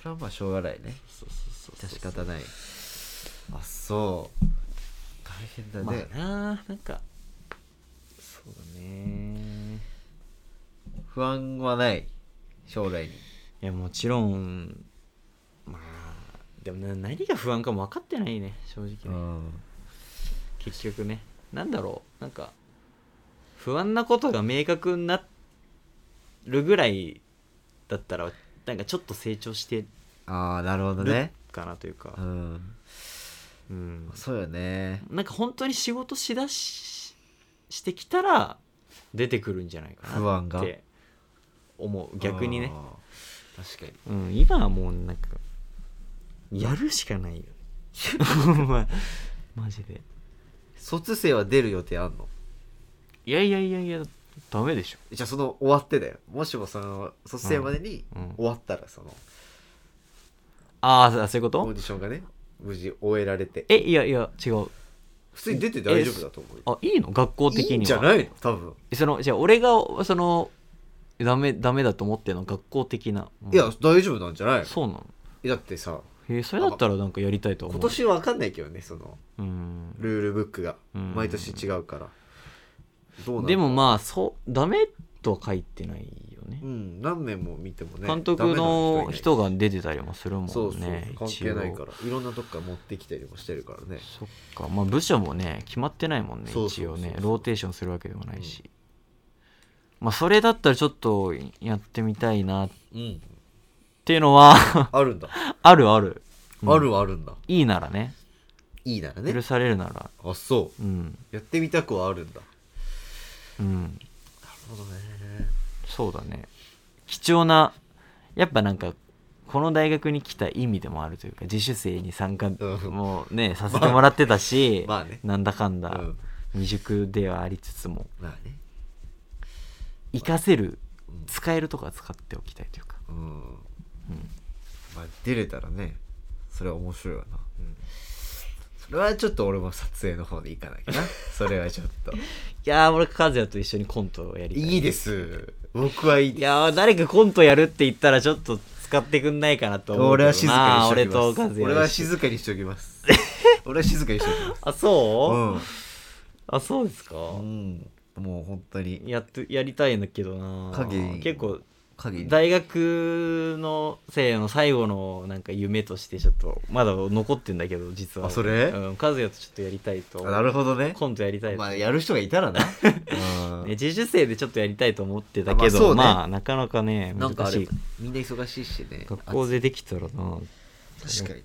S1: それはまあしょうがないね
S2: そうそう
S1: 致し方ないあそう大変だね、
S2: まあななんかそうだね
S1: 不安はない将来に
S2: いやもちろんまあでもな何が不安かも分かってないね正直ね
S1: ん
S2: 結局ねなんだろうなんか不安なことが明確になるぐらいだったらなんかちょっと成長して
S1: ああなるほど
S2: る
S1: ね
S2: かなという
S1: う
S2: か、
S1: ん
S2: うん、
S1: そうよね
S2: なんか本当に仕事しだししてきたら出てくるんじゃないかな
S1: 不安が
S2: って思う逆にね、
S1: あー確か
S2: うん、今はもうなんかやるし か ないよお前マジで
S1: に卒生は出る予定あんの
S2: いやいやいやいやダメでしょ
S1: じゃあその終わってだよもしもその卒生までに
S2: うんうん
S1: 終わったらその
S2: あーあそういうこ
S1: オー
S2: と
S1: ディションがね無事終えられて
S2: えいやいや違う
S1: 普通に出て大丈夫だと思うよ
S2: あいいの学校的にはい
S1: いんじゃないの多分
S2: そのじゃあ俺がそのダメダメだと思ってるの学校的な、うん
S1: いや大丈夫なんじゃないの
S2: そうなの
S1: だってさ
S2: へえそれだったらなんかやりたいと思う
S1: 今年わかんないけどねその
S2: うん
S1: ルールブックが
S2: うん
S1: 毎年違うからどうなの
S2: でもまあそうダメとは書いてないよね
S1: うん何面も見てもね
S2: 監督の人
S1: が
S2: が出てたりもするもんね
S1: そうそう関
S2: 一
S1: 係
S2: 応
S1: ないからいろんなとこから持ってきたりもしてるからね
S2: そっかまあ部署もね決まってないもんね
S1: そうそうそうそう
S2: 一応ねローテーションするわけでもないし、まあそれだったらちょっとやってみたいなっ
S1: うん
S2: ていうのは
S1: あるんだ
S2: あるある、うん
S1: あるはあるんだ
S2: いいならね
S1: いいなら
S2: 許
S1: ね
S2: されるなら
S1: あそ
S2: うん
S1: うやってみたくはあるんだなる
S2: うん
S1: ほどね
S2: そうだね貴重なやっぱなんかこの大学に来た意味でもあるというか自主生に参加
S1: ん
S2: もうねさせてもらってたし、
S1: まあね
S2: なんだかんだ、
S1: うん
S2: 未熟ではありつつも
S1: まあね
S2: 活かせる
S1: うん
S2: 使えるとこは使っておきたいというか、
S1: うん
S2: うん
S1: まあ出れたらねそれは面白いわなそれはちょっと俺も撮影の方で行かなきゃな それはちょっと
S2: いやー俺和也と一緒にコントをやりたい
S1: いいです僕はいい
S2: い
S1: です
S2: やー誰かコントやるって言ったらちょっと使ってくんないかなと思うけど
S1: 俺は静かにしときます
S2: まあ俺と和也
S1: 俺は静かにしておきます 俺は静かにしておきます
S2: あそう、
S1: う
S2: あそうですか、
S1: ん、うん、もう本当に
S2: やっとやりたいんだけどな
S1: 影
S2: 結構
S1: 影
S2: 大学の生の最後のなんか夢としてちょっとまだ残ってんだけど実は
S1: あそれ
S2: うん、和也とちょっとやりたいと
S1: あなるほどね
S2: コントやりたいと
S1: まあやる人がいた らな、
S2: ね、
S1: う
S2: 自主生でちょっとやりたいと思ってた
S1: あま
S2: け
S1: あそ
S2: ど、
S1: うね
S2: まあなかなかね
S1: ん、なんか
S2: 難
S1: あ
S2: し
S1: れ
S2: い
S1: ばみんな忙しいしね
S2: 学校でできたらな
S1: あ確か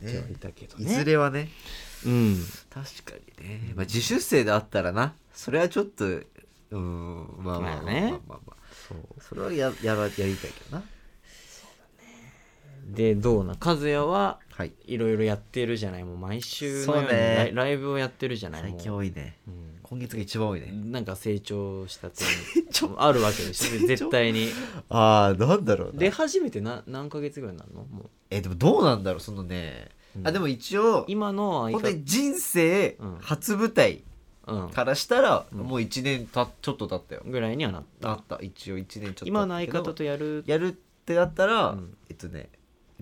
S1: に
S2: 思ってはい
S1: ね
S2: たけど
S1: い
S2: ね
S1: ずれはね
S2: うん
S1: 確かにね、まあ、自主性であったらなそれはちょっとうーんまあまあまあまあまあ、
S2: まあね
S1: まあま
S2: そう
S1: あ、それはややらやりたいけどな
S2: でどうな和也は
S1: はい
S2: いろいろやってるじゃないもう毎週のように
S1: そうね
S2: ライライブをやってるじゃない
S1: 最
S2: も
S1: 近多いね
S2: う、
S1: 今月が一番多いね
S2: うん、なんか成長した点あるわけでしょ
S1: 長
S2: 絶対に
S1: ああなんだろうな
S2: で初めてな何ヶ月ぐらいになるのもう
S1: えでもどうなんだろうそのね、
S2: うん
S1: あでも一応
S2: 今の相
S1: 本当に
S2: 方
S1: 人生
S2: うん
S1: 初舞台
S2: うん
S1: からしたら、
S2: うん
S1: もう1年たちょっと経ったよ、
S2: ぐらいにはなった
S1: あった一応1年ちょっと
S2: 今の相
S1: 経
S2: 方
S1: ったけど
S2: とやる
S1: やるってなったら、
S2: うん
S1: えっとね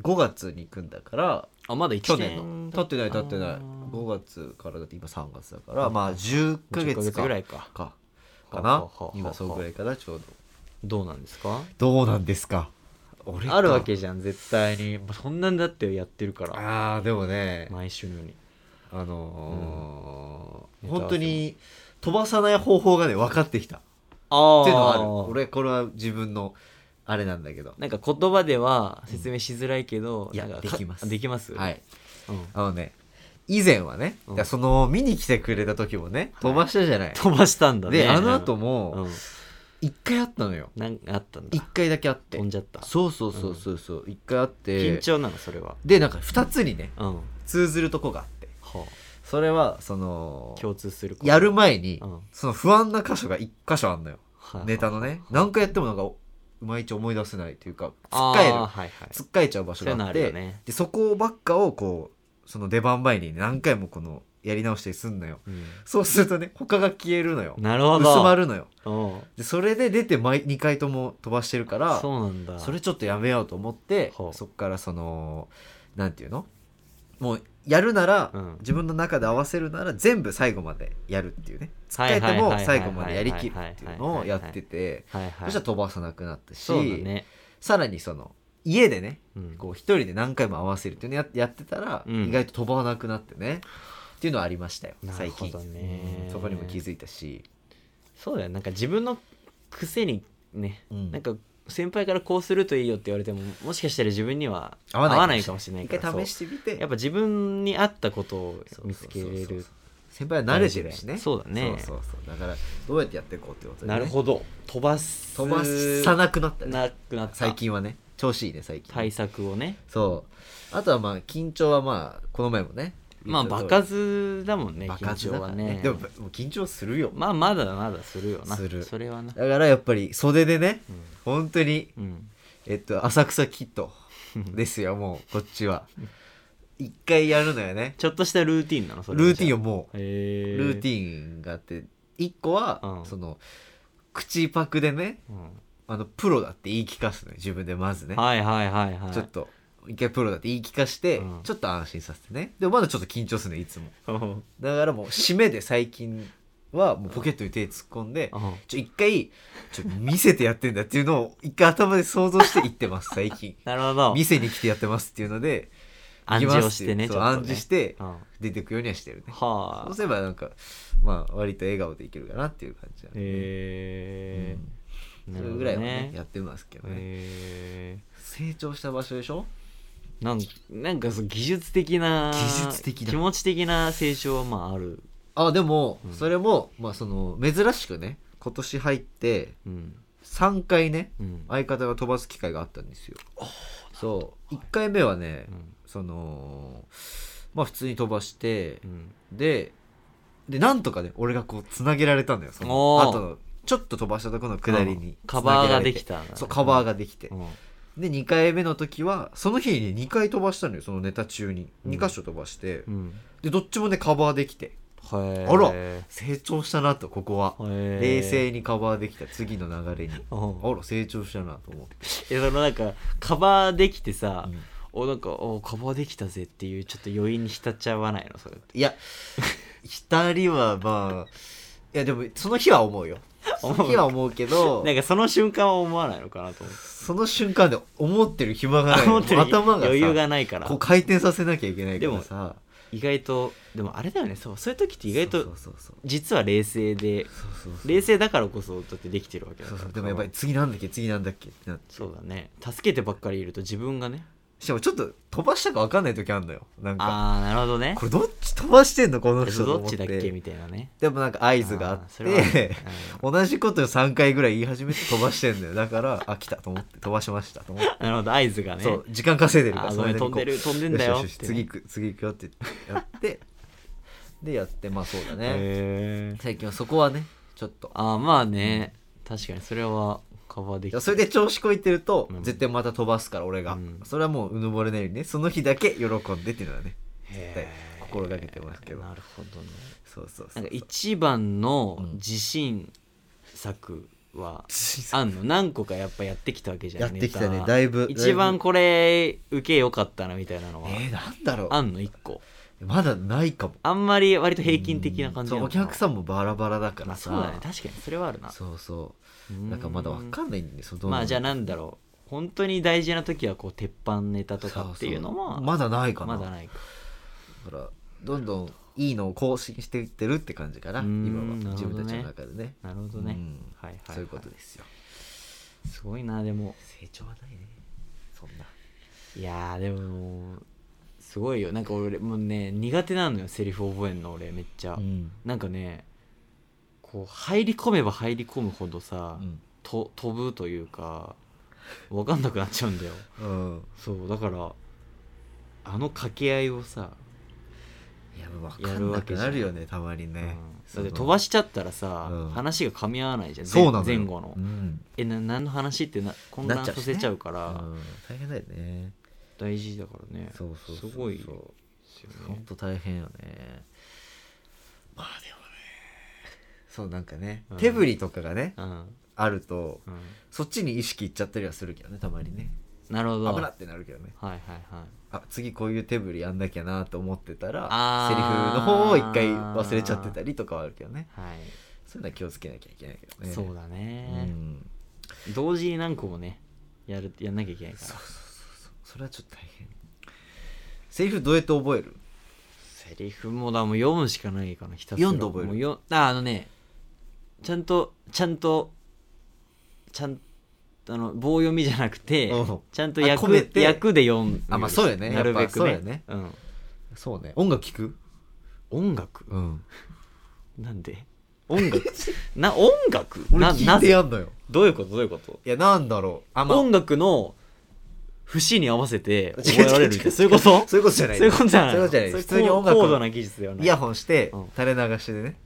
S1: 5月に行くんだから
S2: あまだ1年
S1: 去年の経ってない経ってない
S2: あー
S1: 5月からだって今3月だからまあ10ヶ
S2: 10ヶ
S1: 月
S2: 月
S1: か
S2: ぐらいか
S1: か
S2: は
S1: か
S2: あ
S1: な
S2: はあはあ
S1: 今そうぐらいかなちょうど
S2: どうなんですか
S1: どうなんですか俺か
S2: あるわけじゃん絶対にそんなんだってやってるから
S1: あーでもね、
S2: 毎週のように
S1: あのー
S2: うん
S1: 本当に飛ばさない方法がね分かってきたっ
S2: あ
S1: ていうのはある俺これは自分のあれなんだけど
S2: なんか言葉では説明しづらいけど、
S1: いや
S2: なんか
S1: できます
S2: かできます、
S1: はいい
S2: うん
S1: あのね以前はね、
S2: うん
S1: だからその見に来てくれた時もね飛ばしたじゃない、
S2: 飛ばしたんだね
S1: であの後
S2: う
S1: も
S2: ん、
S1: 一回あったのよ
S2: なんかあったん
S1: 一
S2: だ
S1: 回だけあって
S2: 飛んじゃった
S1: そうそうそうそうそう一回あって
S2: 緊張なのそれは
S1: でなんか二つにね
S2: うんは
S1: 通ずるとこがあって
S2: あ
S1: それはその
S2: 共通すること
S1: やる前に
S2: うん
S1: その不安な箇所が一箇所あんのよ
S2: はい
S1: ネタのね何回やってもなんかうまいち思い出せないというかつ
S2: あ
S1: っ
S2: ー
S1: かえる
S2: はいはい
S1: つっかえちゃう場所
S2: そういう
S1: が
S2: の
S1: あっ
S2: ある
S1: て
S2: よね
S1: でそこばっかをこうその出番前に何回もこのやり直したりすんのよ
S2: うん
S1: そうするとね他が消えるのよ
S2: なるほ
S1: 薄
S2: ど
S1: まるのよ
S2: うん
S1: でそれで出て毎2回とも飛ばしてるから
S2: そうなんだ
S1: それちょっとやめようと思って
S2: ほう
S1: そっからそのなんていうのもうやるなら、
S2: うん
S1: 自分の中で合わせるなら全部最後までやるっていうね使
S2: はい
S1: え
S2: は
S1: て
S2: いはい
S1: も
S2: はい
S1: 最後までやりきるっていうのをやってて
S2: はいはい
S1: そしたら飛ばさなくなったし、
S2: そうだね
S1: さらにその家でね
S2: うん
S1: こう一人で何回も合わせるっていうのややってたら
S2: うん
S1: 意外と飛ばなくなってね、っていうのはありましたよ
S2: なる
S1: 最
S2: ほ
S1: 近
S2: どね
S1: うんそこにも気づいたし、
S2: そうだよなんか自分の癖にね
S1: うん
S2: なんか先輩からこうするといいよって言われてももしかしたら自分には
S1: 合
S2: 合
S1: わないかもしれない
S2: わないか
S1: 一
S2: もしれないから
S1: 回試してみて
S2: そうやっぱ自分に合ったことを見つけ
S1: そ
S2: れ
S1: うそうそう
S2: る
S1: そう先輩は慣れてるしね
S2: そうだね
S1: そうそうそうだからどうやってやっていこうってことでね
S2: なるほど飛ばす
S1: 飛ばさなくなったね
S2: なくなった
S1: 最近はね調子いいね最近
S2: 対策をね
S1: そうあとはまあ緊張はまあこの前もね
S2: まあ場
S1: 爆発
S2: 数だもんね緊張はね
S1: でももう緊張するよ
S2: まあまだまだするよな
S1: する
S2: それはな
S1: だからやっぱり袖でね
S2: うん
S1: 本当に
S2: うん
S1: えっと浅草キットですよもうこっちは一回やるのよね
S2: ちょっとしたルーティンなのそれ
S1: ルーティンを
S2: を
S1: もう
S2: ル
S1: ルーテ
S2: ィ
S1: ィンがあって一個は、
S2: うん
S1: その口パクでねあのプロだって言い聞かすのよ自分でまずね、
S2: はいはいはいはい
S1: ちょっと一回プロだって言い聞かして、
S2: うん
S1: ちょっと安心させてねでもまだちょっと緊張するねいつも
S2: うんうん
S1: だからもう締めで最近はもうポケットに手突っ込んで、ちょ一回ちょ見せてやってんだっていうのを一回頭で想像して言ってます最近
S2: なるほど
S1: 見せに来てやってますっていうので
S2: 暗示をしてね
S1: 行
S2: ち
S1: き
S2: ょっと
S1: ます
S2: ね
S1: っていうそう暗示して
S2: うんは
S1: 出てくようにはしてるねそ
S2: あ
S1: うすればなんかまあ割と笑顔でいけるかなっていう感じだね
S2: へえ
S1: うん
S2: な
S1: そ
S2: る
S1: れ
S2: ほど
S1: ぐらいはねやってますけどね
S2: へえ
S1: 成長した場所でしょ
S2: なんなんかその技術的な
S1: 技術的な
S2: 気持ち的な成長はまあある
S1: あでも
S2: うん
S1: それも、まあその珍しくね今年入って
S2: うん
S1: 3回ね
S2: うん
S1: 相方が飛ばす機会があったんですよそう1回目はね、
S2: うん
S1: そのまあ普通に飛ばして
S2: う、ん
S1: ででなんとかね俺がこうつなげられたんだよその
S2: おー
S1: 後のちょっと飛ばしたところの下り
S2: う
S1: に
S2: んカ
S1: つ
S2: バーが
S1: なげられ
S2: で
S1: て
S2: きたんだね
S1: そうカバーができて、
S2: うん
S1: で2回目の時はその日にね2回飛ばしたのよそのネタ中に
S2: うん
S1: 2箇所飛ばして、
S2: うん
S1: でどっちもねカバーできて
S2: へえ
S1: あら成長したなとここは、冷
S2: 冷
S1: 静にカバーできた次の流れにあら成長したなと思って、
S2: えそのなんかカバーできてさ、
S1: うん
S2: おなんかおカバーできたぜっていうちょっと余韻に浸っちゃわないのそれって
S1: い や二人はまあいやでもその日は思うよそ
S2: 思う
S1: の日は思うけ ど
S2: なんかその瞬間は思わないのかなと思って
S1: その瞬間で思ってる暇がない
S2: 思ってる
S1: 頭がさ
S2: 余裕がないから
S1: こう回転させなきゃいけないからさ
S2: 意外とでもあれだよねそうそういう時って意外
S1: そ
S2: と
S1: うそうそう
S2: 実は冷静で
S1: そうそうそう
S2: 冷静だからこそだってできてるわけだ
S1: そ
S2: か
S1: うそ
S2: ら
S1: うでもやっぱり次なんだっけ次なんだっけってなって
S2: そうだね助けてばっかりいると自分がね
S1: しかもちょっと飛ばしたか分かんない時あんのよなんか
S2: ああなるほどね
S1: これどっち飛ばしてんのこの人と
S2: ど
S1: 思
S2: っちだっけ
S1: て
S2: みたいなね
S1: でもなんか合図があ
S2: ー
S1: っ
S2: それはあ る
S1: て
S2: ね
S1: 同じこと3回ぐらい言い始めて飛ばしてんだよだからあ来たと思って飛ばしましたと思って
S2: うんなるほど合図がね
S1: そう時間稼いでるから
S2: あー
S1: そ
S2: ご
S1: の
S2: めん
S1: 間に
S2: 飛ん
S1: こう
S2: でる飛んでんだよ
S1: よしよしよし次行く次行くよってやってでやってまあそうだね、
S2: へえ
S1: 最近はそこはねちょっと
S2: ああまあね確かにそれはカバー
S1: い
S2: できて
S1: や
S2: る
S1: それで調子こいてると、
S2: うん
S1: 絶対また飛ばすから俺が、
S2: うん
S1: それはもううぬぼれないようにねその日だけ喜んでっていうのはね
S2: 絶
S1: 対心がけてますけど
S2: なるほどね
S1: そうそうそ
S2: な
S1: うん
S2: か一番の
S1: うん
S2: 自信作は
S1: そう
S2: あんの何個かやっぱやってきたわけじゃん
S1: やってきた
S2: ネ
S1: ね
S2: タ
S1: だいぶ
S2: 一番
S1: だ
S2: これ受け良かったなみたいなのはい
S1: ぶえー、なんだろう
S2: あんの一個
S1: まだないかも
S2: あんまり割と平均的な感じ
S1: うんそうお客
S2: ん
S1: さんもバラバラだから
S2: まあ
S1: さ、
S2: そうだね確かにそれはあるな
S1: そうそううなんかまだわ
S2: ん
S1: かんないんでその
S2: まあじゃあなんだろう本当に大事な時はこう鉄板ネタとかっていうの
S1: そ
S2: は
S1: そまだないかな
S2: まだないか
S1: だからどんどんいいのを更新していってるって感じかな
S2: うーん
S1: 今
S2: な
S1: は
S2: るほ
S1: 自
S2: ど
S1: 分
S2: ね
S1: たちの中でね
S2: なるほどね、
S1: うん
S2: はいはい、はい、
S1: そういうことですよ
S2: すごいなでも
S1: 成長はないねそんない
S2: やーでもすごいよなんか俺もうね苦手なのよセリフ覚えんの俺めっちゃ、
S1: うん
S2: なんかねこう入り込めば入り込むほどさ、と飛ぶというか分かんなくなっちゃうんだよ
S1: うん
S2: そうだからあの掛け合いをさ、
S1: いやもう分
S2: や
S1: か
S2: る
S1: ん
S2: わ
S1: な
S2: け
S1: く
S2: じゃん
S1: なるよねたまに
S2: う
S1: ね
S2: ん、
S1: そ
S2: だっ
S1: の
S2: て飛ばしちゃったらさ、
S1: うん
S2: 話が噛み合わないじゃん
S1: そうなのよ
S2: 前前後の、
S1: うん
S2: えな何の話ってな混乱
S1: なっちゃうし
S2: さ
S1: ね
S2: せちゃうか
S1: う
S2: ら
S1: ん大変だよね
S2: 大事だからね
S1: そうそうそう
S2: すごいです
S1: そ
S2: よ
S1: うほん
S2: ね
S1: と大変よねまあでもねそうなんかね
S2: うん
S1: 手振りとかがね
S2: うん
S1: あると
S2: うん
S1: そっちに意識いっちゃったりはするけどねたまにね
S2: なるほど
S1: 危なってなるけどね
S2: はいはいはい
S1: あ次こういう手振りやんなきゃなと思ってたら
S2: あ
S1: セ
S2: ー
S1: リフの方を一回忘れちゃってたりとかはあるけどね
S2: はい、
S1: そういうのは気をつけなきゃいけないけどね
S2: そうだね
S1: う、ん
S2: 同時に何個もねやるやんなきゃいけないか
S1: そう
S2: ら
S1: そうそうそうそれはちょっと大変セリフどうやって覚える
S2: セリフもだもう読むしかないかなひたすら
S1: 読んで覚える
S2: もうよああのねちゃんとちゃんとちゃんあの棒読みじゃなくて、
S1: うん
S2: ちゃんと
S1: あ込め
S2: 役
S1: て
S2: 役で読む
S1: あまあそうやね
S2: なるべく
S1: やっぱそう
S2: ね
S1: やね
S2: うん、
S1: そうね音楽聞く
S2: 音楽
S1: うん
S2: なんで音楽 な音楽
S1: 俺
S2: な
S1: 聞
S2: ない
S1: て
S2: ぜ
S1: やんのよ
S2: どういうことどういうこと
S1: いやなんだろうあ
S2: 音楽の節に合わせて
S1: 違う
S2: 覚えられる
S1: 違う
S2: っ
S1: 違
S2: て
S1: う
S2: そういうこ と
S1: そういうことじゃない
S2: そういうことじゃない
S1: そういう
S2: の
S1: ことじゃない
S2: そういう
S1: 普通に音楽
S2: 高度
S1: を
S2: な技術だよね
S1: イヤホンして
S2: うん
S1: 垂れ流しでね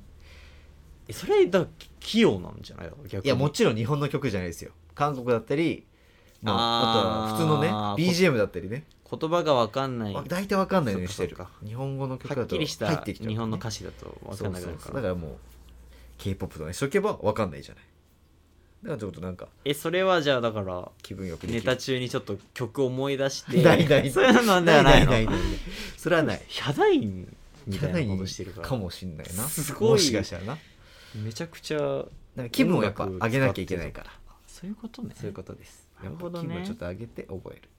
S2: えそれだから器用なんじゃないの逆に
S1: いやもちろん日本の曲じゃないですよ韓国だったりまあ
S2: あー
S1: あとは普通のね BGM だったりね
S2: 言葉がわかんない
S1: あ
S2: は
S1: 大体わかんないようにし
S2: そ
S1: て
S2: っか
S1: る
S2: そっか
S1: 日本語の曲だと
S2: っきりし
S1: 入
S2: た
S1: ってきちゃう
S2: 日本の歌
S1: 詞
S2: 詞だとわかんなくなる
S1: そうそう
S2: か
S1: そうだかららもう K-POP とかにしとけばわかんないじゃないだからちょっとなんか
S2: えそれはじゃあだから
S1: 気分よくでき
S2: ネ
S1: る
S2: タ中にちょっと曲思い出して
S1: ないない
S2: そういうのではないの
S1: ないないないないそれはない
S2: ヒャダインみたいなことしてるから
S1: かもしんないな
S2: すごい
S1: もしかしたらな
S2: めちゃくちゃ
S1: なんか気分をやっぱ上げなきゃいけないから
S2: そういうことね
S1: そういうことです
S2: なるほどね
S1: やっぱ気分をちょっと上げて覚える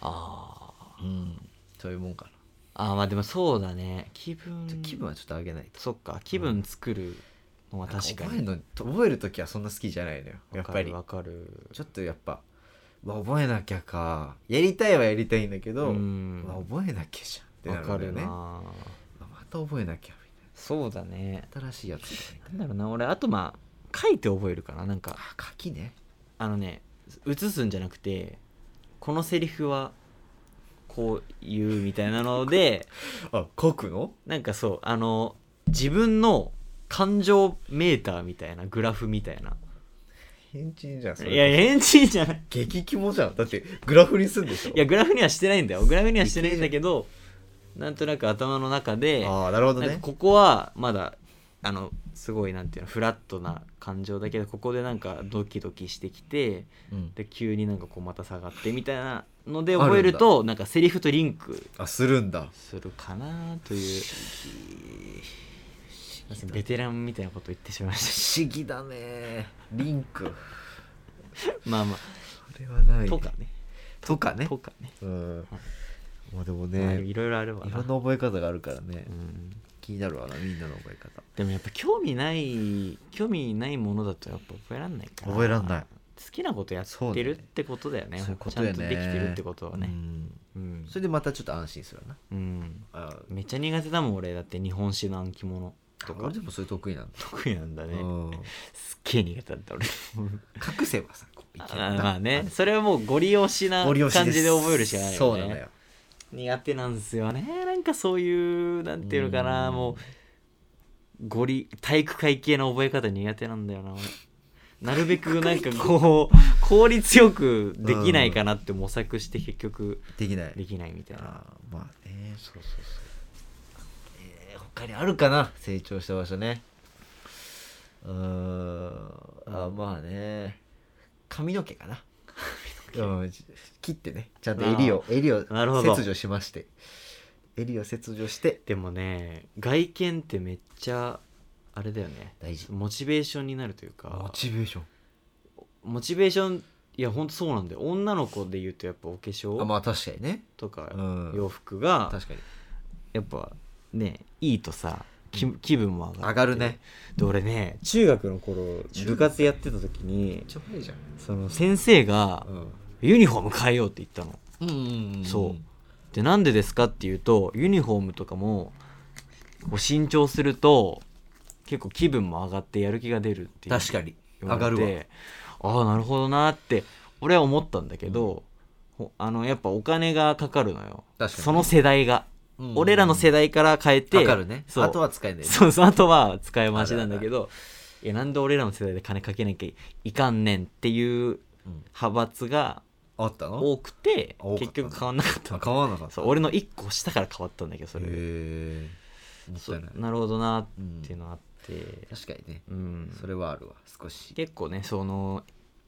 S2: あー
S1: うんそういうもんかな
S2: あーまあでもそうだね気分
S1: ちょ気分はちょっと上げないと
S2: そっか気分作るのは確か
S1: 覚える
S2: に
S1: の覚える時はそんな好きじゃないのよや
S2: わ
S1: っ
S2: か
S1: ぱり
S2: るわかる
S1: ちょっとやっぱうわ覚えなきゃかやりたいはやりたいんだけど、
S2: うん
S1: うわ覚えなきゃじゃんって
S2: わ
S1: な
S2: か
S1: る
S2: る
S1: んだよね
S2: な
S1: まあまた覚えなきゃみ
S2: そうだね
S1: たいな新しいやつとかみたい
S2: なんだろうな俺あとまあ書いて覚えるかななんか
S1: な あ書きね
S2: あのね写すんじゃなくてこのセリフはこう言うみたいな ので
S1: あ書くの
S2: なんかそうあの自分の感情メーターみたいなグラフみたいな
S1: 変人じゃんそれ
S2: いや返事じゃない
S1: 激肝じゃんだってグラフにすんでしょ
S2: いやグラフにはしてないんだよグラフにはしてないんだけどなんとなく頭の中で
S1: ああなるほど
S2: なん
S1: ね
S2: かここはまだあのすごいなんていうのフラットな感情だけどここでなんかドキドキしてきて
S1: うん
S2: で急になんかこうまた下がってみたいなので覚えるとなんかセリフとリンク
S1: あするんだ
S2: するかなというベテランみたいなこと言ってしまいまし
S1: 不思議だねリンク
S2: たまあま
S1: これはな
S2: あ
S1: い
S2: とかね
S1: とかね
S2: とかね
S1: うんまあでも
S2: まあ
S1: ね
S2: いろいろあるわ
S1: い
S2: な
S1: ろんな覚え方があるからね
S2: うん
S1: 気になるわなみんなの覚え方
S2: でもやっぱ興味ない興味ないものだとやっぱ覚えらんないから
S1: 覚えらんない
S2: 好きなことやってるってことだよね
S1: そういうこと
S2: ちゃ
S1: や
S2: ん
S1: ね
S2: とできてるってことは
S1: う
S2: ね
S1: ん
S2: うん
S1: そ、れでまたちょっと安心するわな
S2: うん、
S1: あ
S2: めっちゃ苦手だもん俺だって日本史の暗記物とか
S1: 俺でもそれ得意なんだ、
S2: 得意なんだね
S1: うん
S2: すっげえ苦手だった俺
S1: 隠せばさこういけ
S2: あ
S1: るな
S2: ー まあねそれはもうご利用しな
S1: ご
S2: 感
S1: 利用しす
S2: じで覚えるしかないよね
S1: そうなのよ
S2: 苦手なんですよねなんかそういうなんていうのかな
S1: うん
S2: もうゴリ体育会系の覚え方苦手なんだ よな俺なるべくなんかこう効率よくできないかなって模索して結局
S1: できない
S2: できないみたいな
S1: あーまあねそうそうそう、えー、他にあるかな成長した場所ねうーんあまあね髪の毛かな うんじ切ってねちゃんと襟を襟を
S2: なるほど
S1: 切除しまして襟を切除して
S2: でもね外見ってめっちゃあれだよね
S1: 大事
S2: モチベーションになるというか
S1: ベーション
S2: モチベーションいやほんとそうなんだよ女の子で言うとやっぱお化
S1: あ
S2: 粧
S1: まあ確かにね
S2: と
S1: う
S2: か
S1: ん
S2: 洋服が
S1: 確かに
S2: やっぱねいいとさ気気分も上がって
S1: 上がるね
S2: で俺ね中学の頃
S1: 中学
S2: 部活やってた時に
S1: ちょいいじゃん
S2: その先生が
S1: うん
S2: ユニフォーム変えようって言ったの
S1: うんうんうん
S2: そうでなんでですかっていうとユニフォームとかもこう新調すると結構気分も上がってやる気が出るっていう
S1: 確かに
S2: 言われて
S1: 上がる
S2: ああなるほどなって俺は思ったんだけど、ほあのやっぱお金がかかるのよ
S1: 確かに
S2: その世代が、俺らの世代から変えて
S1: 代かかるね
S2: そう
S1: あとは使えない
S2: そうそう、あとは使い回しなんだけど、いや、なんで俺らの世代で金かけなきゃいかんねんっていう
S1: うん
S2: 派閥が
S1: あったの
S2: 多くて
S1: 多かっ、た
S2: 結局変わんなかった
S1: あ
S2: の。
S1: 買わなかった
S2: そう、俺の一個下から変わったんだけど、それで。
S1: へえもっ
S2: そ
S1: たいうない
S2: なるほどな
S1: う
S2: っていうんのあって、
S1: 確かにね
S2: うん。
S1: それはあるわ少し
S2: 結構ね、その、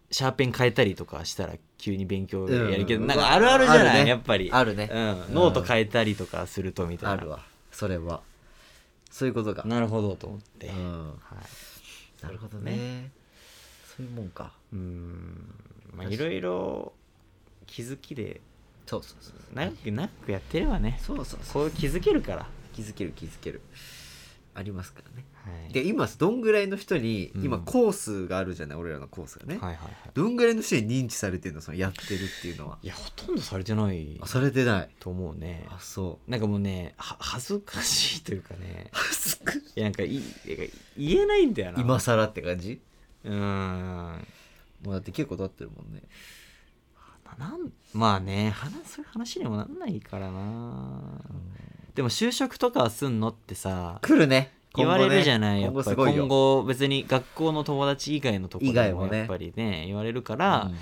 S2: シャーペン変えたりとかしたら急に勉強やるけど、
S1: うん
S2: なんかあるあるじゃ
S1: あ
S2: な
S1: る
S2: い
S1: ね
S2: やっぱり。
S1: あるね
S2: うん。ノート変えたりとかするとみたいな。
S1: あるわそれはそういうことか
S2: なるほどと思って。
S1: う
S2: はい
S1: んなるほどねそういうもんか
S2: うーん
S1: 確
S2: まあ
S1: かに
S2: いろいろ気づきで
S1: そうそうそう
S2: 長く長くやってればね
S1: そうそうそう
S2: こう気づけるから、は
S1: 気づける気づけるありますからね
S2: い、
S1: で今どんぐらいの人に
S2: うん
S1: 今コースがあるじゃない俺らのコースがね
S2: はいはいはい
S1: どんぐらいの人に認知されてるのそのやってるっていうのはい
S2: やほとんどされてない
S1: あされてない
S2: と思うね
S1: あそ
S2: なんかもうねは恥ずかしいというかね
S1: うすく
S2: いやなんかいなんか言えないんだよな
S1: 今更って感じ
S2: うーん
S1: もうだって結構経ってるもんね
S2: まあなんまあね話そういう話にもなんないからなでも就職とかはすんのってさ
S1: 来るね
S2: 言われるじゃない、
S1: 今
S2: やっ
S1: 後
S2: ぱ
S1: す
S2: り
S1: ごいよ
S2: 今後別に学校の友達以外のところ
S1: 以外
S2: で
S1: も
S2: も
S1: ね
S2: やっぱりね言われるか
S1: う
S2: ら、
S1: ん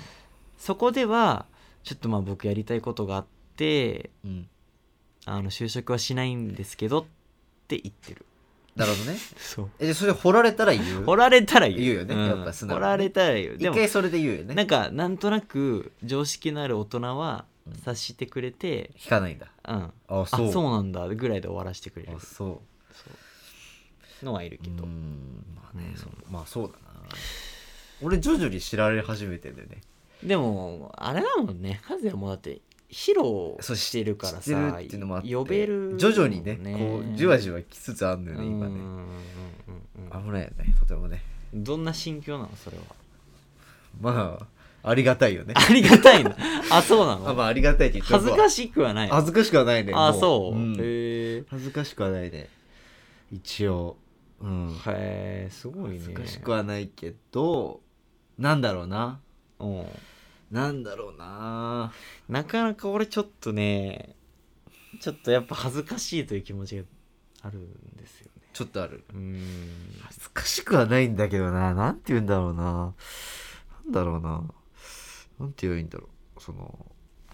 S2: そこではちょっとまあ僕やりたいことがあって
S1: うん
S2: あの就職はしないんですけどって言ってる
S1: なるほどね
S2: そう
S1: えそれ掘られたら言う
S2: 掘られたら言う
S1: 言うよねやっぱ素直
S2: 掘
S1: に
S2: られたら言うで
S1: 一
S2: も
S1: 回それで言うよ
S2: なん
S1: ね
S2: かなんとなく常識のある大人は
S1: うん
S2: 察してくれて
S1: 聞かないんだ
S2: うん、あ
S1: あ
S2: そ
S1: そうう
S2: なんだぐらいで終わらせてくれる
S1: あそ
S2: そうのはいる
S1: う
S2: け
S1: う
S2: ど、
S1: んまあね
S2: うん
S1: そうまあそうだな俺徐々に知られ始めてんだよね
S2: でもあれだもんね和也もだって披露
S1: そう
S2: してるからさ
S1: 知ってるっていうのもあって
S2: 呼べるもん、
S1: 徐々にねこうじわじわきつつあんのよね
S2: うん
S1: 今
S2: うん
S1: ね
S2: うんうん
S1: 危ないよねとてもね
S2: どんな心境なのそれは
S1: まあありがたいよね
S2: ありがたいなあそうな
S1: あ
S2: の
S1: まあありがたいって言っ
S2: 恥ずか
S1: し
S2: しくはないあ
S1: 恥ずかしくはないねも
S2: そう、
S1: ん
S2: へえ
S1: 恥ずかしくはないね一応うん
S2: へえすごいね
S1: 恥ずかしくはないけどなんだろうな
S2: うん
S1: なんだろうな
S2: なかなか俺ちょっとねちょっとやっぱ恥ずかしいという気持ちがあるんですよね
S1: ちょっとある
S2: うん
S1: 恥ずかしくはないんだけどななんて言うんだろうななんだろうななんて言えばいいんだろうその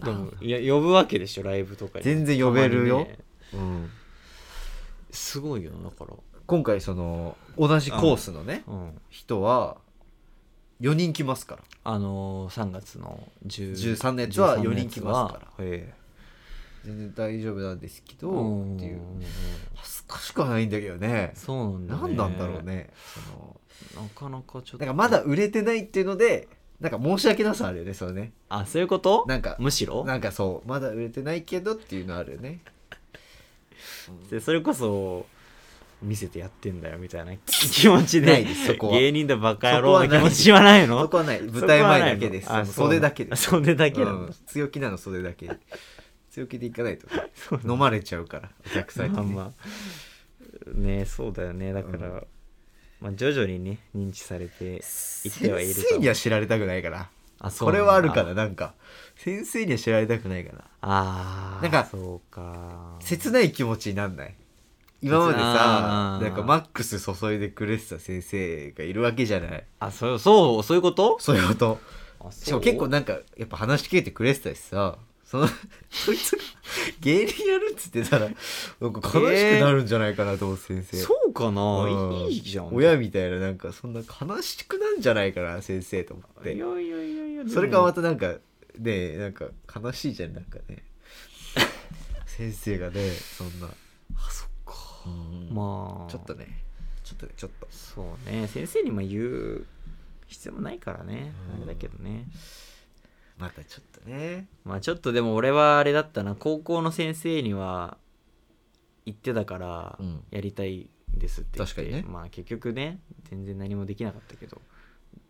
S2: でもいや呼ぶわけでしょライブとかに
S1: 全然呼べるよ
S2: たまにね
S1: うん
S2: すごいよなだから
S1: 今回その同じコースのね
S2: うん
S1: 人は4人来ますから
S2: あのー、3月の10
S1: 13のやつは
S2: 13
S1: 4人来ますから
S2: のやつはへえ
S1: 全然大丈夫なんですけど
S2: うん
S1: っていう恥ずかしくはないんだけどね
S2: そうなんだ、ね、
S1: 何なんだろうねその
S2: なかなかちょっと
S1: なんかまだ売れてないっていうのでなんか申し訳なさあるよねそのね
S2: あそういうこと
S1: なんか
S2: むしろ
S1: なんかそうまだ売れてないけどっていうのあるよね
S2: でそれこそ見せてやってんだよみたいな気持ち
S1: ない
S2: で
S1: ですそこは
S2: 芸人だバカ野郎の気持ちはないの
S1: そこはない舞台前だけです
S2: そこはないのあ
S1: その袖だけです
S2: そう袖だけなん
S1: う
S2: だ
S1: ん強気なの袖だけ強気でいかないと
S2: そうなんだ
S1: 飲まれちゃうからお客さんに
S2: まあ
S1: ね、
S2: まあねそうだよねだから、
S1: うん
S2: まあ、徐々にね認知されていってはいる
S1: 先
S2: と
S1: 生には知られたくないから
S2: あそう
S1: こ
S2: なん
S1: れ
S2: だ
S1: はあるからなんか先生には知られたくないから
S2: ああ
S1: なんか
S2: そうか
S1: 切ない気持ちになんない今まで
S2: あ
S1: さ
S2: ー
S1: なんかマックス注いでくれてた先生がいるわけじゃない
S2: あそうそうそういうこと
S1: そういうこと
S2: あそう
S1: しかも結構なんかやっぱ話し切れてくれてたしさそのそいつが芸人やるっつってたらなんか悲しくなるんじゃないかなと思う先生、
S2: そうかな、
S1: うん
S2: いい時期じゃん
S1: 親みたいななんかそんな悲しくなんじゃないかな先生と思っ
S2: いやい
S1: て
S2: やいやいやでも
S1: それがまたなんかねなんか悲しいじゃんなんか ね先生がねそんなあそっか、ま
S2: ま
S1: あ
S2: あ
S1: ちょっとねちょっとねちょっと
S2: そうね先生にも言う必要もないからね
S1: うん
S2: あれだけどね
S1: またちょっとね
S2: まあちょっとでも俺はあれだったな高校の先生には言ってたから
S1: うん
S2: やりたいんですって言って
S1: 確かにね
S2: まあ結局ね全然何もできなかったけど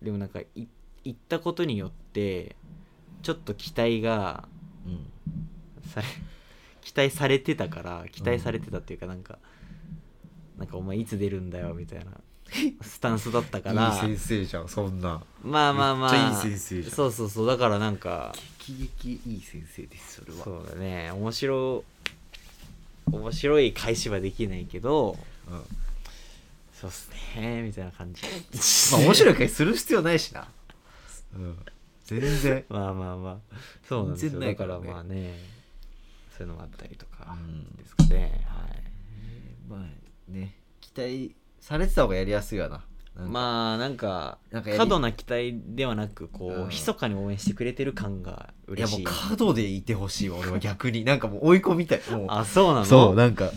S2: でもなんかい言ったことによってちょっと期待が
S1: うん
S2: され 期待されてたから期待されてたっていうかなんか、なんかお前いつ出るんだよみたいなスタンスだったから
S1: いい先生じゃんそんな
S2: まあまあまあ
S1: めっちゃいい先生じゃん
S2: そうそうそうだからなんか
S1: 喜劇いい先生ですそれは
S2: そうだね面白面白い返しはできないけど
S1: うん、ま
S2: そうっすねみたいな感じ
S1: あ面白
S2: い
S1: い会する必要ないしな、うん、全 然、
S2: まあまあまあそうなんですよ、
S1: 全然な
S2: だ
S1: いか
S2: からら
S1: ね
S2: まあねそういうのもあったりとか
S1: うん
S2: ですかね、はい
S1: まあね期待されてた方がやりやすいわななんか
S2: まあなんか
S1: なんかやり
S2: 過度な期待ではなくこう、
S1: うん
S2: 密かに応援してくれてる感が
S1: いやも
S2: 嬉
S1: う
S2: しい
S1: カードでいてほしいわ俺は逆になんかもう追い込みたいもう
S2: あそうなの
S1: そうなんか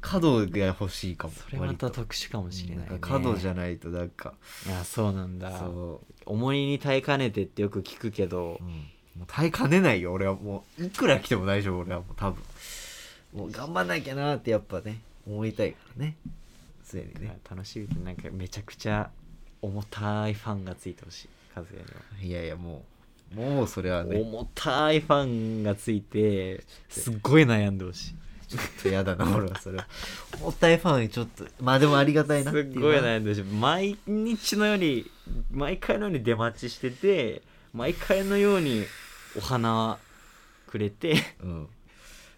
S1: 角が欲しいかも
S2: それまた
S1: 割と
S2: 特殊かもしれない、ね、
S1: んか角じゃないとなんか
S2: いやそうなんだ
S1: そ
S2: 重荷に耐えかねてってよく聞くけど
S1: う、うん、もう耐えかねないよ俺はもういくら来ても大丈夫俺はもう多分もう頑張んなきゃなーってやっぱね思いたいからね常にね
S2: 楽しみってなんかめちゃくちゃ重たいファンがついてほしい和也に
S1: いやいやもうもうそれは
S2: は、
S1: ね
S2: 重たいファンがついてすっごい悩んでほしい
S1: ちょっとやだな俺はそれはもったいファンちょっとまあでもありがたい
S2: す
S1: な
S2: っ
S1: っていう
S2: ごい悩んでほしい毎日のように毎回のように出待ちしてて毎回のようにお花くれて
S1: うん。い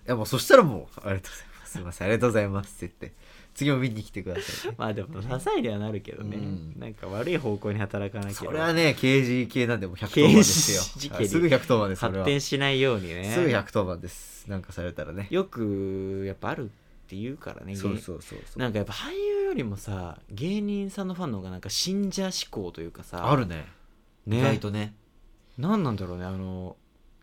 S1: やもうそしたらもう、ありがとうございます。すいません、ありがとうございますって言って、次も見に来てくださいね、
S2: まあでも些細にはなるけどね、
S1: うん
S2: なんか悪い方向に働かなきゃ
S1: それはね、刑事系なんでもう110
S2: 刑
S1: 番
S2: 事
S1: です
S2: 事
S1: よ。
S2: 件
S1: はいすぐ110番です、それ
S2: 発
S1: は。
S2: 展しないようにね
S1: すぐ110番です。なんかされたらね。
S2: よくやっぱあるって言うからね
S1: そうそうそうそう。
S2: なんかやっぱ俳優よりもさ芸人さんのファンの方がなんか信者志向というかさ
S1: あるね。
S2: ね
S1: 意外とね。
S2: 何なんだろうねあの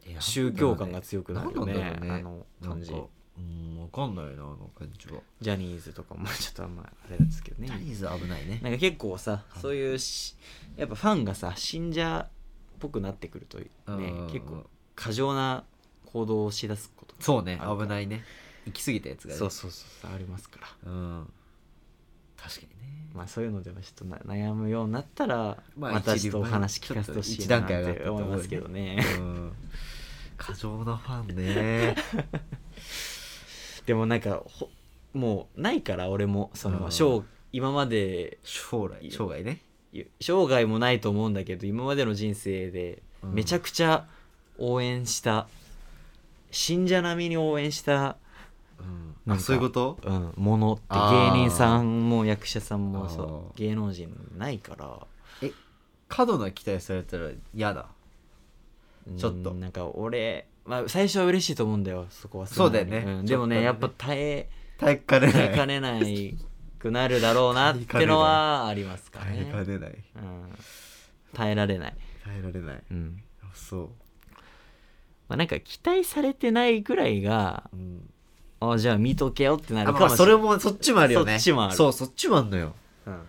S1: いや
S2: 宗教感が強くなるよね
S1: なんなんだろうね
S2: あの感じ
S1: なんかうん、わかんないな、あの感じは。
S2: ジャニーズとかもちょっとあんまあれなんですけどね
S1: ジャニーズ危ないね。
S2: なんか結構さ
S1: い
S2: そういうしやっぱファンがさ信者っぽくなってくるとね
S1: うん
S2: 結構過剰な行動をしだすこと
S1: そうね、
S2: あるか
S1: 危ないね。行き過ぎたやつがね。
S2: そうそうそうありますから
S1: うん。確かにね。
S2: まあそういうのでもちょっとな悩むようになったら
S1: まあ
S2: また
S1: 一
S2: ち
S1: 流
S2: ょっとお話聞かせてほしい
S1: ちょっ
S2: なっ
S1: と一段階上がった
S2: て
S1: と思
S2: 思
S1: う
S2: い
S1: よね
S2: ますけどね
S1: うん過剰なファン ね。
S2: でもなんかほもうないから俺もその、
S1: うん
S2: 生今まで
S1: 将来、生涯ね。
S2: ゆ生涯もないと思うんだけど今までの人生で
S1: うん
S2: めちゃくちゃ応援した、信者並みに応援した、
S1: う、
S2: なんんか
S1: そういうこと
S2: うん、ものって
S1: あー
S2: 芸人さんも役者さんも
S1: あ
S2: そ
S1: ー
S2: う芸能人ないから
S1: 過度な期待されたら嫌だ。ちょっと
S2: うんなんか俺、まあ、最初は嬉しいと思うんだよそこは
S1: そうだよね
S2: んでもね
S1: ちょ
S2: や
S1: っ
S2: っ
S1: とね
S2: ぱ耐え
S1: 耐えかねな
S2: 耐え
S1: い。
S2: かねないくなるだろうなってのはありますか
S1: 耐え
S2: ね
S1: かねない。
S2: うん耐えられない、
S1: 耐えられない。
S2: うん
S1: あそ
S2: まあ、なんか期待されてないぐらいが
S1: う。うん。
S2: あじゃあ見とけよってな
S1: あ
S2: るか
S1: ま
S2: も
S1: あ、
S2: し
S1: そ
S2: れな
S1: れ
S2: い、
S1: も、そっちもあるよね。
S2: そっちもある
S1: そう、そっちもあるのよ。
S2: うん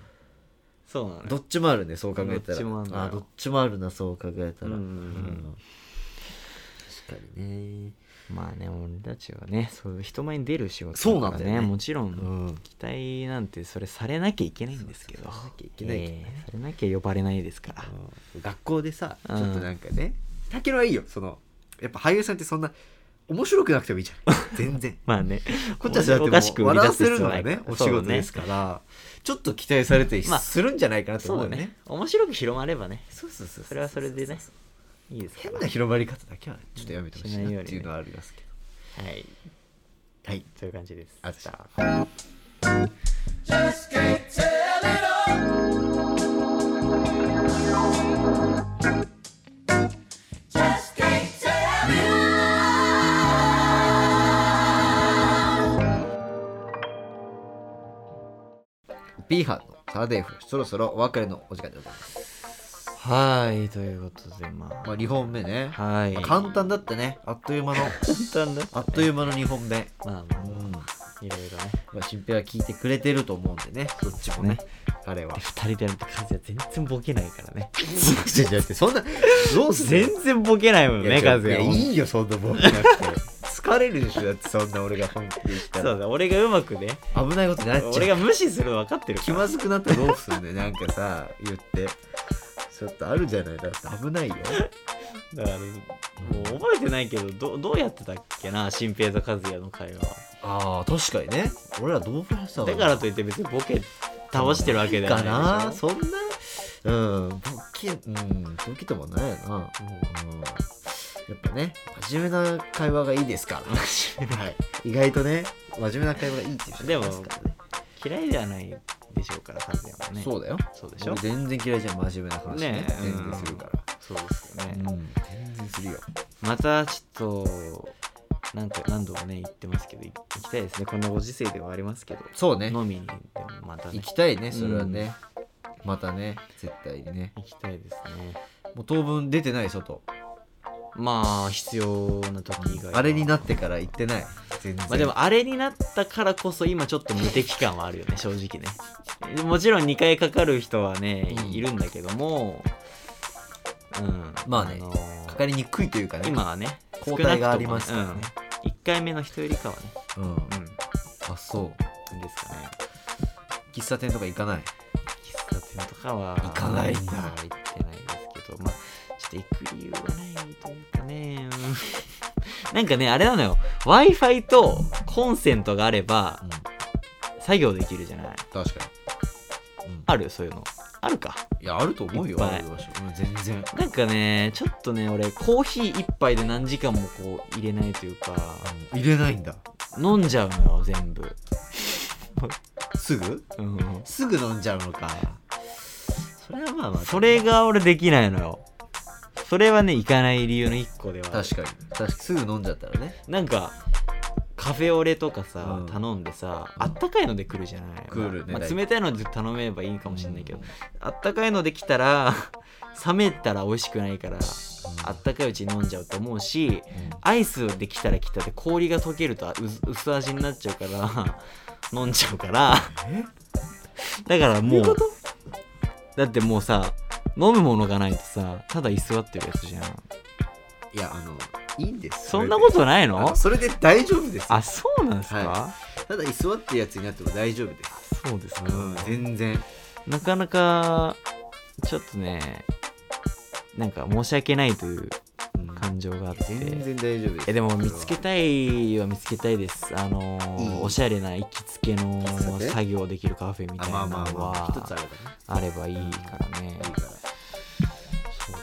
S2: そうなのよ
S1: どっちもあるね、そう考えた
S2: ど
S1: ら。
S2: っちもあるのよ
S1: あ、どっちもあるな、そう考えたら。
S2: うん
S1: 確かにね。
S2: まあね俺たちはねそういう人前に出る仕事
S1: そうなんだよね
S2: からもちろん、
S1: うん
S2: 期待なんてそれされなきゃいけないんですけど
S1: そうそうされなきゃいけないけどね
S2: ええされなきゃ呼ばれないですから、
S1: 学校でさちょ
S2: うん
S1: っとなんかね竹野はいいよそのやっぱ俳優さんってそんな面白くなくてもいいじゃん全然
S2: まあね
S1: こっちはそうやって
S2: おかしく
S1: もう
S2: 売り
S1: 笑
S2: 出
S1: わせ
S2: す必
S1: る
S2: 要
S1: の
S2: な
S1: が
S2: いから
S1: ねお仕事ですから、ちょっと期待されて
S2: まあ
S1: するんじゃないかなと
S2: そう
S1: 思う
S2: だ
S1: よね
S2: ね,、面白く広まればね
S1: そうそうそう
S2: それはそれでねいいですか
S1: 変
S2: ら
S1: な広まり方だけはねちょっとやめてほしい
S2: しない
S1: な
S2: よ
S1: っ
S2: うにね
S1: ていうのはありますけど、
S2: はい
S1: はい
S2: そういう感じです
S1: ありがとうござい
S2: じゃあ
S3: Just can't tell it all. Just can't tell it
S1: B 班のサラデーフそろそろお別れのお時間でございます、
S2: はいということでまあ
S1: まあ、2本目ね、
S2: はい
S1: まあ簡単だったねあっという間の
S2: 単だ
S1: あっという間の2本目
S2: まあまあ
S1: うんま
S2: いろい ろね
S1: あ新平は聞いてくれてると思うんでねどっちもね
S2: ね
S1: 彼は
S2: で二人でやると和也全然ボケないからね
S1: 違う違う違うそんなどうすんの
S2: 全然ボケないもん
S1: いや
S2: ね
S1: 違
S2: 和
S1: ういや
S2: 也
S1: い
S2: も
S1: いよそんなボケなくて疲れるでしょだってそんな俺が本気で言った
S2: そ
S1: ら
S2: うだ俺がうまくね
S1: 危ないことになっち
S2: 俺
S1: ゃう
S2: が無視するの分かってるか
S1: 気まずくなったらどうすんだよなんかさ言ってちょっとあるじゃないだって危ないよ
S2: らだからもう覚えてないけどどどうやってたっけな新平と和也の会話は
S1: ああ確かにね俺らどうやった
S2: だからといって別にボケ倒してるわけでは
S1: か
S2: ない
S1: な
S2: でしょ
S1: そんなうんボケうんボケてもないよなもう、うん、やっぱね真面目な会話がいいですからはい意外とね真面目な会話がいいっていう人いますからね
S2: 嫌いではないでしょうから和也もね
S1: そうだよ
S2: そうでしょ
S1: 俺全然嫌いじゃん真面目な話ね
S2: ねえ
S1: 全然するから、
S2: そうですよね、
S1: うん、全然するよ
S2: またちょっとなんか何度もね言ってますけどい行きたいですねこんなご時世ではありますけど
S1: そうね
S2: 飲みにでもまたね
S1: 行きたいねそれはね、またね絶対にね
S2: 行きたいですね
S1: もう当分出てない外
S2: まあ必要な時以外は
S1: あれになってから行ってない全然
S2: まあでもあれになったからこそ今ちょっと無敵感はあるよね正直ねもちろん2回かかる人はね
S1: うん
S2: いるんだけどもうん
S1: まあね
S2: のー
S1: かかりにくいというかね
S2: 今はね
S1: 抗体がありますからね
S2: 1回目の人よりかはね
S1: うん、
S2: う
S1: あそうん
S2: ですかね
S1: 喫茶店とか行かない
S2: 喫茶店とかは
S1: 行かないんだ
S2: 行ってないですけどまあちょっと行く理由がないというかねうん なんかねあれなのよ w i f i とコンセントがあれば
S1: うん
S2: 作業できるじゃない
S1: 確かに、うん、
S2: あるそういうのあるか
S1: いやあると思う
S2: い
S1: よ
S2: っぱい
S1: ある場所うん全然
S2: なんかねちょっとね俺コーヒー一杯で何時間もこう入れないというか
S1: 入れないんだ
S2: 飲んじゃうのよ全部
S1: すぐ
S2: うん
S1: すぐ飲んじゃうのかそれはまあまあ
S2: それが俺できないのよそれはね行かない理由の一個ではある
S1: 確かに確かにすぐ飲んじゃったらね
S2: なんかカフェオレとかさ、
S1: うん
S2: 頼んでさあったかいので来るじゃない
S1: 来るね
S2: まあ
S1: 大体
S2: 冷たいので頼めばいいかもしれないけど、あったかいので来たら 冷めたら美味しくないからあったかいうちに飲んじゃうと思うしアイスで来たら来たで氷が溶けるとあう薄味になっちゃうから飲んじゃうから だからもうだってもうさ飲むものがないとさただ居座ってるやつじゃん
S1: いやあのいいんです
S2: そんなことない
S1: あの
S2: の
S1: それで大丈夫です
S2: あそうなんですか、
S1: はただ居座ってるやつになっても大丈夫です
S2: そうですか、
S1: うん全然
S2: なかなかちょっとねなんか申し訳ないという感情があって
S1: 全然大丈夫です
S2: えでも見つけ
S1: た
S2: たいは見つけたいですあのー
S1: いい
S2: おしゃれな行きつけの
S1: 喫茶店
S2: 作業できるカフェみた
S1: あ
S2: い
S1: ま
S2: な
S1: あ
S2: の
S1: まあまあ一つあ
S2: は
S1: ればね
S2: あればいいからね
S1: いいから
S2: そう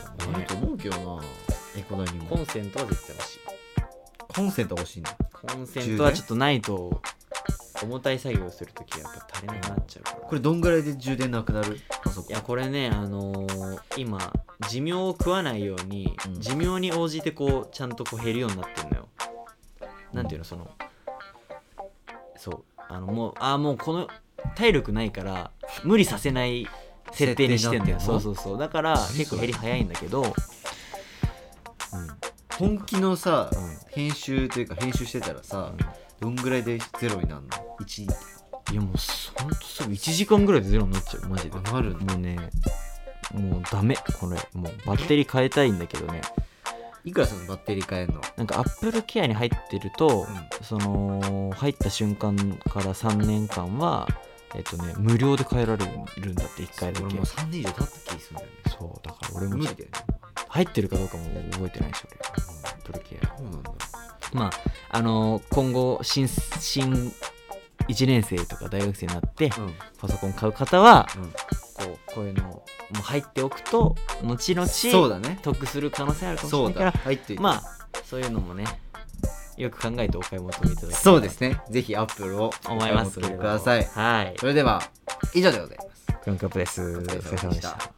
S1: あ
S2: だ
S1: る
S2: ね
S1: と思うけどなエコダに
S2: コ
S1: も
S2: ンセントは絶対欲しい
S1: コンセント欲しいな
S2: コンセントはちょっとないと重たい作業するときはやっぱ足りなくなっちゃうから
S1: これどんぐらいで充電なくなるパソコン
S2: いやこれねあのー今寿命を食わないように、
S1: うん
S2: 寿命に応じてこうちゃんとこう減るようになってんのよなんていうのそのそうあのもうあーもうこの体力ないから無理させない設定にしてんだよ
S1: 設定にな
S2: そ
S1: ってんの
S2: うそうそうだから
S1: 何それ
S2: 結構減り早いんだけど、うん、
S1: 本気のさ
S2: うん
S1: 編集というか編集してたらさどんぐらいでゼロになるの1
S2: いやもうそほんとすぐ1時間ぐらいでゼロになっちゃうマジで
S1: あなるんだ
S2: もうねもうダメこれもうバッテリー変えたいんだけどね
S1: いくらそのバッテリー変えんの
S2: なんかアップルケアに入ってると、
S1: う
S2: その入った瞬間から3年間はえっとね無料で変えられるんだって1回だ
S1: 俺
S2: け
S1: もう3年以上経った気するんだよね
S2: そうだから俺も
S1: 無
S2: ちょ
S1: 理
S2: っ
S1: だよね
S2: と入ってるかどうかも覚えてないし俺アップルケ
S1: そうなんだ
S2: アまああのー今後新新1年生とか大学生になって
S1: うん
S2: パソコン買う方は、
S1: うん
S2: こうこういうのをもう入っておくと後々
S1: そうだね
S2: 得する可能性あるかもしれ
S1: そ
S2: な
S1: う
S2: いから
S1: だ入って
S2: まあそういうのもねよく考えてお買い求めいただければと
S1: そうですねぜひアップルを
S2: 思います
S1: お買持ってください
S2: はい
S1: それでは以上でございます
S2: クランクアップですお疲れ様でした